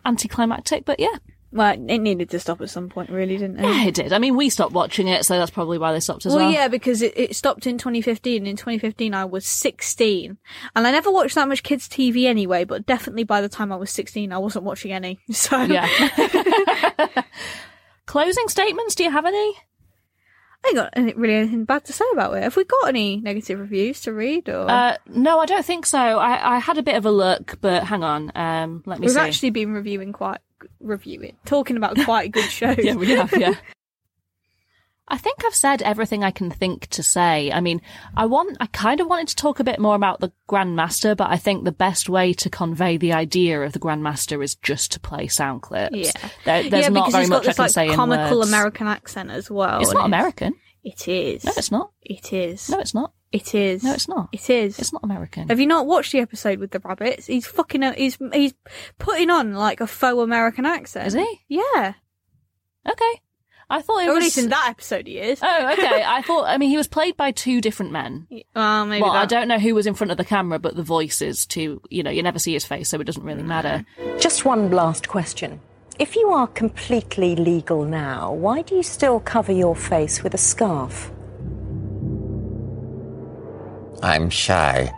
Speaker 1: anticlimactic, but yeah,
Speaker 2: Well, it needed to stop at some point, really, didn't it?
Speaker 1: yeah, it did. I mean, we stopped watching it, so that's probably why they stopped as
Speaker 2: Well,
Speaker 1: well.
Speaker 2: yeah, because it, it stopped in 2015. In 2015, I was 16, and I never watched that much kids' TV anyway. But definitely by the time I was 16, I wasn't watching any. (laughs) So
Speaker 1: Yeah. Closing statements? Do you have any?
Speaker 2: I ain't got any- really anything bad to say about it. Have we got any negative reviews to read? Or
Speaker 1: Uh, no, I don't think so. I, I had a bit of a look, but hang on. Um, let me
Speaker 2: we've
Speaker 1: see.
Speaker 2: actually been
Speaker 1: (laughs)
Speaker 2: reviewing quite reviewing, talking about quite good shows.
Speaker 1: yeah, we have. Yeah. I think I've said everything I can think to say. I mean, I want, I kind of wanted to talk a bit more about the Grandmaster, but I think the best way to convey the idea of the Grandmaster is just to play sound clips.
Speaker 2: Yeah,
Speaker 1: There- there's
Speaker 2: yeah,
Speaker 1: not
Speaker 2: because
Speaker 1: very
Speaker 2: he's got
Speaker 1: much
Speaker 2: this
Speaker 1: I can
Speaker 2: like
Speaker 1: say in
Speaker 2: comical
Speaker 1: words.
Speaker 2: American accent as well.
Speaker 1: It's
Speaker 2: and
Speaker 1: not American.
Speaker 2: It is.
Speaker 1: No, it's not.
Speaker 2: It is.
Speaker 1: No, it's not.
Speaker 2: It is.
Speaker 1: No, it's not.
Speaker 2: It is.
Speaker 1: It's not American.
Speaker 2: Have you not watched the episode with the rabbits? He's fucking. uh, He's he's putting on like a faux American accent.
Speaker 1: Is he?
Speaker 2: Yeah.
Speaker 1: Okay. I thought it
Speaker 2: Or at
Speaker 1: was
Speaker 2: least in that episode he is. (laughs)
Speaker 1: Oh, okay. I thought. I mean, he was played by two different men.
Speaker 2: Well, maybe
Speaker 1: well, I
Speaker 2: that-
Speaker 1: don't know who was in front of the camera, but the voices too. You know, you never see his face, so it doesn't really matter.
Speaker 16: Just one last question. If you are completely legal now, why do you still cover your face with a scarf?
Speaker 24: I'm shy.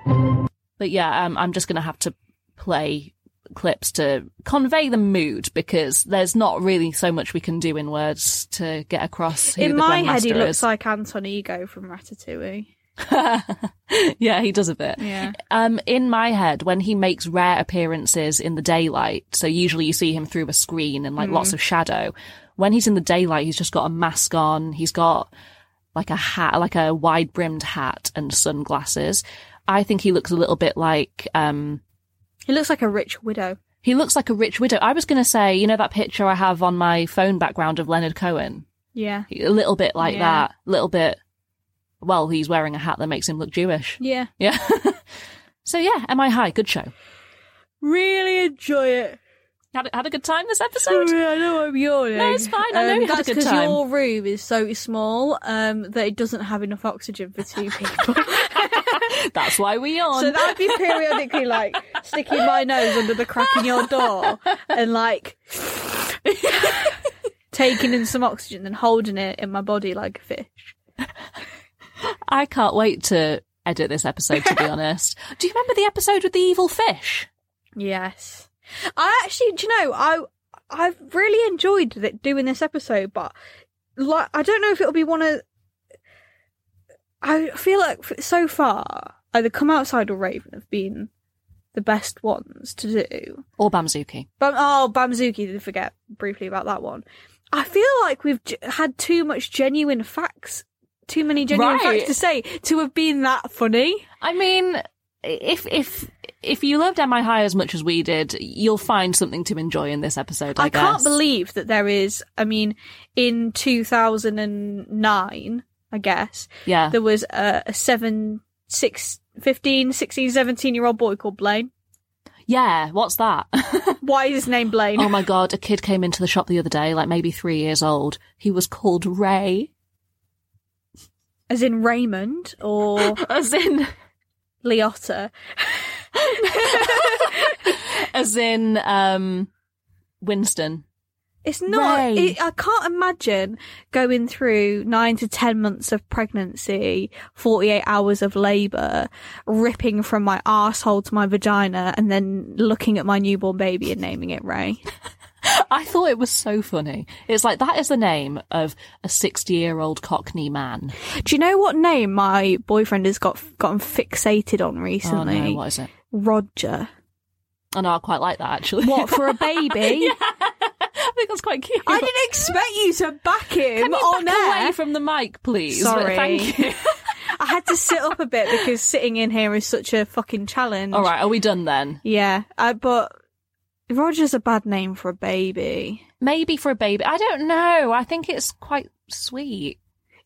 Speaker 1: But yeah, um, I'm just going to have to play clips to convey the mood because there's not really so much we can do in words to get across. Who
Speaker 2: in
Speaker 1: the
Speaker 2: my head,
Speaker 1: Grandmaster
Speaker 2: he looks
Speaker 1: is.
Speaker 2: like Anton Ego from Ratatouille.
Speaker 1: (laughs) yeah, he does a bit.
Speaker 2: Yeah.
Speaker 1: Um, in my head, when he makes rare appearances in the daylight, so usually you see him through a screen and like
Speaker 2: Mhm.
Speaker 1: lots of shadow. When he's in the daylight, he's just got a mask on. He's got like a hat, like a wide brimmed hat and sunglasses. I think he looks a little bit like, um,
Speaker 2: he looks like a rich widow.
Speaker 1: He looks like a rich widow. I was going to say, you know, that picture I have on my phone background of Leonard Cohen?
Speaker 2: Yeah.
Speaker 1: A little bit like
Speaker 2: Yeah.
Speaker 1: that. A little bit. Well, he's wearing a hat that makes him look Jewish.
Speaker 2: Yeah.
Speaker 1: Yeah. (laughs) so yeah, Am I High? Good show.
Speaker 2: Really enjoy it.
Speaker 1: Had, had a good time this episode?
Speaker 2: I know I'm yawning.
Speaker 1: No, it's fine. I know
Speaker 2: Um,
Speaker 1: you had a
Speaker 2: that's
Speaker 1: good time.
Speaker 2: your room is so small um, that it doesn't have enough oxygen for two
Speaker 1: (laughs)
Speaker 2: people.
Speaker 1: (laughs) That's why we yawn.
Speaker 2: So that'd be
Speaker 1: (laughs)
Speaker 2: periodically like sticking my nose under the crack in your door and
Speaker 1: (laughs)
Speaker 2: like taking in some oxygen and holding it in my body like a fish.
Speaker 1: I can't wait to edit this episode, to be honest. (laughs) Do you remember the episode with the evil fish?
Speaker 2: Yes. I actually, do you know, I I've really enjoyed th- doing this episode, but like, I don't know if it'll be one of. I feel like f- so far, either Come Outside or Raven have been the best ones to do.
Speaker 1: Or Bamzuki?
Speaker 2: Bam- oh, Bamzuki, did forget briefly about that one. I feel like we've j- had too much genuine facts, too many genuine
Speaker 1: Right.
Speaker 2: facts to say to have been that funny.
Speaker 1: I mean, if if if you loved Am I High as much as we did, you'll find something to enjoy in this episode. I,
Speaker 2: I can't
Speaker 1: guess.
Speaker 2: believe that there is. I mean, in 2009, I guess,
Speaker 1: Yeah.
Speaker 2: there was a, a seven, six, 15, 16, 17 year old boy called Blaine.
Speaker 1: Yeah, what's that? (laughs)
Speaker 2: Why is his name Blaine?
Speaker 1: Oh my god, a kid came into the shop the other day, like maybe three years old. He was called Ray.
Speaker 2: As in Raymond or.
Speaker 1: As in.
Speaker 2: Leotta.
Speaker 1: As in um Winston.
Speaker 2: It's not.
Speaker 1: Ray.
Speaker 2: It, I can't imagine going through nine to ten months of pregnancy, forty-eight hours of labour, ripping from my arsehole to my vagina, and then looking at my newborn baby and naming it
Speaker 1: (laughs)
Speaker 2: Ray.
Speaker 1: (laughs) I thought it was so funny. It's like that is the name of a sixty year old cockney man.
Speaker 2: Do you know what name my boyfriend has got gotten fixated on recently?
Speaker 1: Oh no, what is it? (laughs)
Speaker 2: Roger.
Speaker 1: Oh no, I quite like that actually.
Speaker 2: What
Speaker 1: (laughs)
Speaker 2: for a baby?
Speaker 1: I think that's quite cute.
Speaker 2: I didn't expect you to back him
Speaker 1: Can you
Speaker 2: on
Speaker 1: back
Speaker 2: air.
Speaker 1: away from the mic, please?
Speaker 2: Sorry.
Speaker 1: Thank you.
Speaker 2: I had to sit up a bit because sitting in here is such a fucking challenge.
Speaker 1: All right, are we done then?
Speaker 2: Yeah, uh, but Roger's a bad name for a baby.
Speaker 1: Maybe for a baby. I don't know. I think it's quite sweet.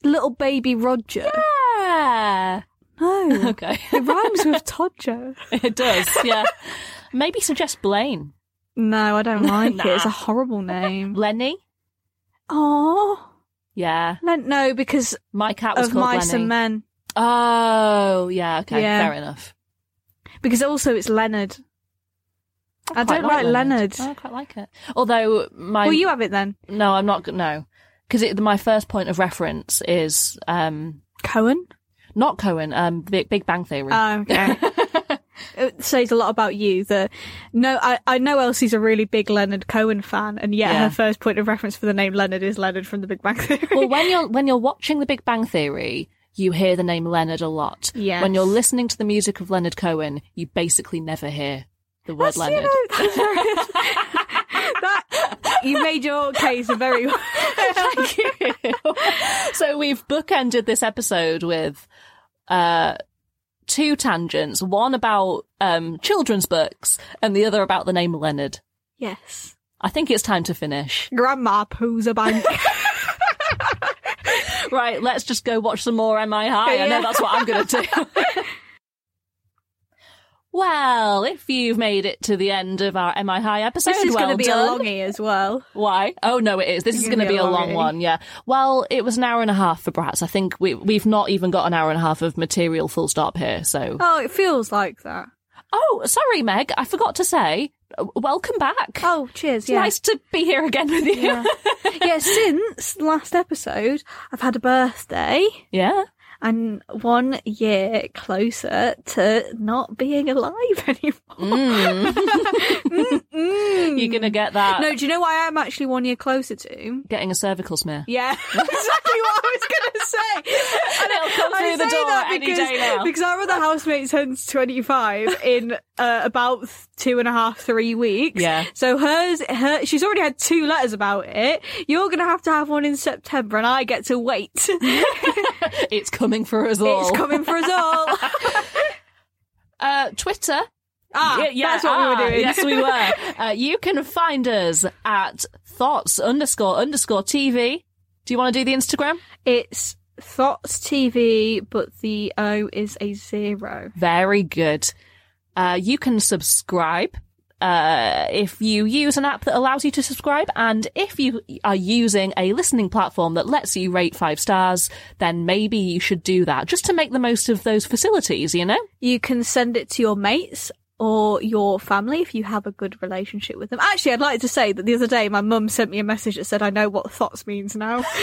Speaker 2: Little baby Roger.
Speaker 1: Yeah.
Speaker 2: Ah. No.
Speaker 1: Okay.
Speaker 2: It rhymes with Todger.
Speaker 1: (laughs) It does, yeah. Maybe suggest Blaine.
Speaker 2: No, I don't like it. It's a
Speaker 1: (laughs) Nah.
Speaker 2: horrible name.
Speaker 1: Lenny?
Speaker 2: Oh.
Speaker 1: Yeah.
Speaker 2: No, because
Speaker 1: my cat was
Speaker 2: of
Speaker 1: called
Speaker 2: mice
Speaker 1: Lenny.
Speaker 2: and men.
Speaker 1: Oh, yeah, okay,
Speaker 2: Yeah.
Speaker 1: fair enough.
Speaker 2: Because also it's Leonard. I,
Speaker 1: quite
Speaker 2: don't like Leonard.
Speaker 1: Oh, I quite like it. Although my
Speaker 2: Well, you have it then.
Speaker 1: No, I'm not. g- No, because my first point of reference is um
Speaker 2: Cohen.
Speaker 1: Not Cohen. Um, Big, Big Bang Theory.
Speaker 2: Oh,
Speaker 1: (laughs)
Speaker 2: okay. it says a lot about you. That no, I, I know Elsie's a really big Leonard Cohen fan, and yet
Speaker 1: Yeah.
Speaker 2: her first point of reference for the name Leonard is Leonard from The Big Bang Theory.
Speaker 1: (laughs) well, when you're when you're watching The Big Bang Theory, you hear the name Leonard a lot.
Speaker 2: Yes.
Speaker 1: When you're listening to the music of Leonard Cohen, you basically never hear the
Speaker 2: (laughs)
Speaker 1: word
Speaker 2: That's, you
Speaker 1: (laughs) Leonard.
Speaker 2: know, that's very- that (laughs) you made your case very (laughs) well.
Speaker 1: Thank you. so we've bookended this episode with uh, two tangents: one about um, children's books, and the other about the name Leonard.
Speaker 2: Yes.
Speaker 1: I think it's time to finish.
Speaker 2: Grandma poos a bank.
Speaker 1: (laughs) right, let's just go watch some more MI High. I
Speaker 2: Yeah.
Speaker 1: know that's what I'm going to do. well, if you've made it to the end of our MI High episode,
Speaker 2: This is
Speaker 1: well
Speaker 2: going to be
Speaker 1: done.
Speaker 2: a longie as well.
Speaker 1: Why? Oh no, it is. This
Speaker 2: It's
Speaker 1: is going
Speaker 2: gonna
Speaker 1: to be,
Speaker 2: be a E.
Speaker 1: a long
Speaker 2: longie.
Speaker 1: one. Yeah. Well, it was an hour and a half for Bratz. I think we we've not even got an hour and a half of material. Full stop here. So.
Speaker 2: (laughs) Oh, it feels like that.
Speaker 1: Oh, sorry, Meg. I forgot to say. uh, Welcome back.
Speaker 2: Oh, cheers.
Speaker 1: It's
Speaker 2: yeah.
Speaker 1: nice to be here again with you. (laughs)
Speaker 2: Yeah. yeah, since last episode, I've had a birthday.
Speaker 1: Yeah.
Speaker 2: And one year closer to not being alive (laughs) anymore.
Speaker 1: (laughs)
Speaker 2: Mm-mm.
Speaker 1: Mm. You're gonna get that.
Speaker 2: No, do you know what I am actually one year closer to?
Speaker 1: Getting a
Speaker 2: (laughs)
Speaker 1: cervical smear.
Speaker 2: Yeah, exactly what I was going to say.
Speaker 1: (laughs)
Speaker 2: And
Speaker 1: it'll come through the door any
Speaker 2: because,
Speaker 1: day now.
Speaker 2: Because our other housemate turns
Speaker 1: (laughs)
Speaker 2: 25 in uh, about two and a half, three weeks.
Speaker 1: Yeah.
Speaker 2: So hers, her, she's already had two letters about it. You're going to have to have one in September and I get to wait.
Speaker 1: It's coming (laughs) for us all.
Speaker 2: it's coming for us all.
Speaker 1: (laughs) Uh, Twitter.
Speaker 2: Ah, that's what we were
Speaker 1: ah,
Speaker 2: doing.
Speaker 1: Yes, we
Speaker 2: (laughs)
Speaker 1: were. uh, you can find us at thoughts underscore underscore TV. Do you want to do the Instagram?
Speaker 2: It's Thoughts TV, but the O is a zero.
Speaker 1: Very good. Uh, you can subscribe uh, if you use an app that allows you to subscribe, and if you are using a listening platform that lets you rate five stars, then maybe you should do that just to make the most of those facilities. You know,
Speaker 2: You can send it to your mates or your family if you have a good relationship with them. Actually, I'd like to say that the other day my mum sent me a message that said, I know what thoughts means now.
Speaker 1: (laughs)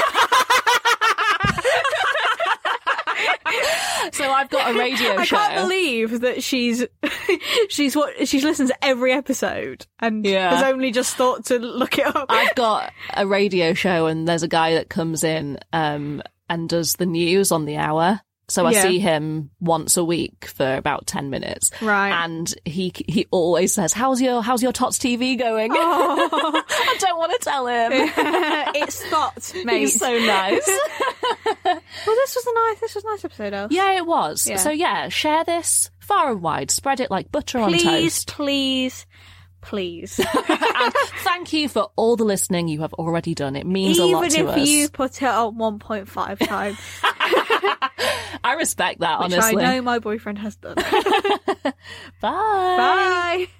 Speaker 1: so I've got a radio
Speaker 2: I
Speaker 1: show.
Speaker 2: can't believe that she's (laughs) she's what she listens to every episode and
Speaker 1: Yeah.
Speaker 2: has only just thought to look it up.
Speaker 1: I've got a radio show, and there's a guy that comes in um, and does the news on the hour. So I
Speaker 2: Yeah.
Speaker 1: see him once a week for about ten minutes,
Speaker 2: Right.
Speaker 1: And he he always says, "How's your How's your Tots
Speaker 2: (laughs)
Speaker 1: TV going?"
Speaker 2: Oh.
Speaker 1: I don't want to
Speaker 2: (laughs)
Speaker 1: tell him.
Speaker 2: it's thoughts, mate.
Speaker 1: He's
Speaker 2: (laughs)
Speaker 1: so nice.
Speaker 2: well, this was a nice this was a nice episode, Elf.
Speaker 1: (laughs) yeah, it was.
Speaker 2: Yeah.
Speaker 1: So yeah, share this far and wide. Spread it like butter
Speaker 2: please,
Speaker 1: on toast.
Speaker 2: please, (laughs) please.
Speaker 1: and thank you for all the listening you have already done. It means
Speaker 2: Even
Speaker 1: a lot to
Speaker 2: if
Speaker 1: us.
Speaker 2: you put it on 1.5
Speaker 1: (laughs)
Speaker 2: times,
Speaker 1: I respect that
Speaker 2: which (laughs)
Speaker 1: honestly.
Speaker 2: I know my boyfriend has done.
Speaker 1: Bye.
Speaker 2: Bye.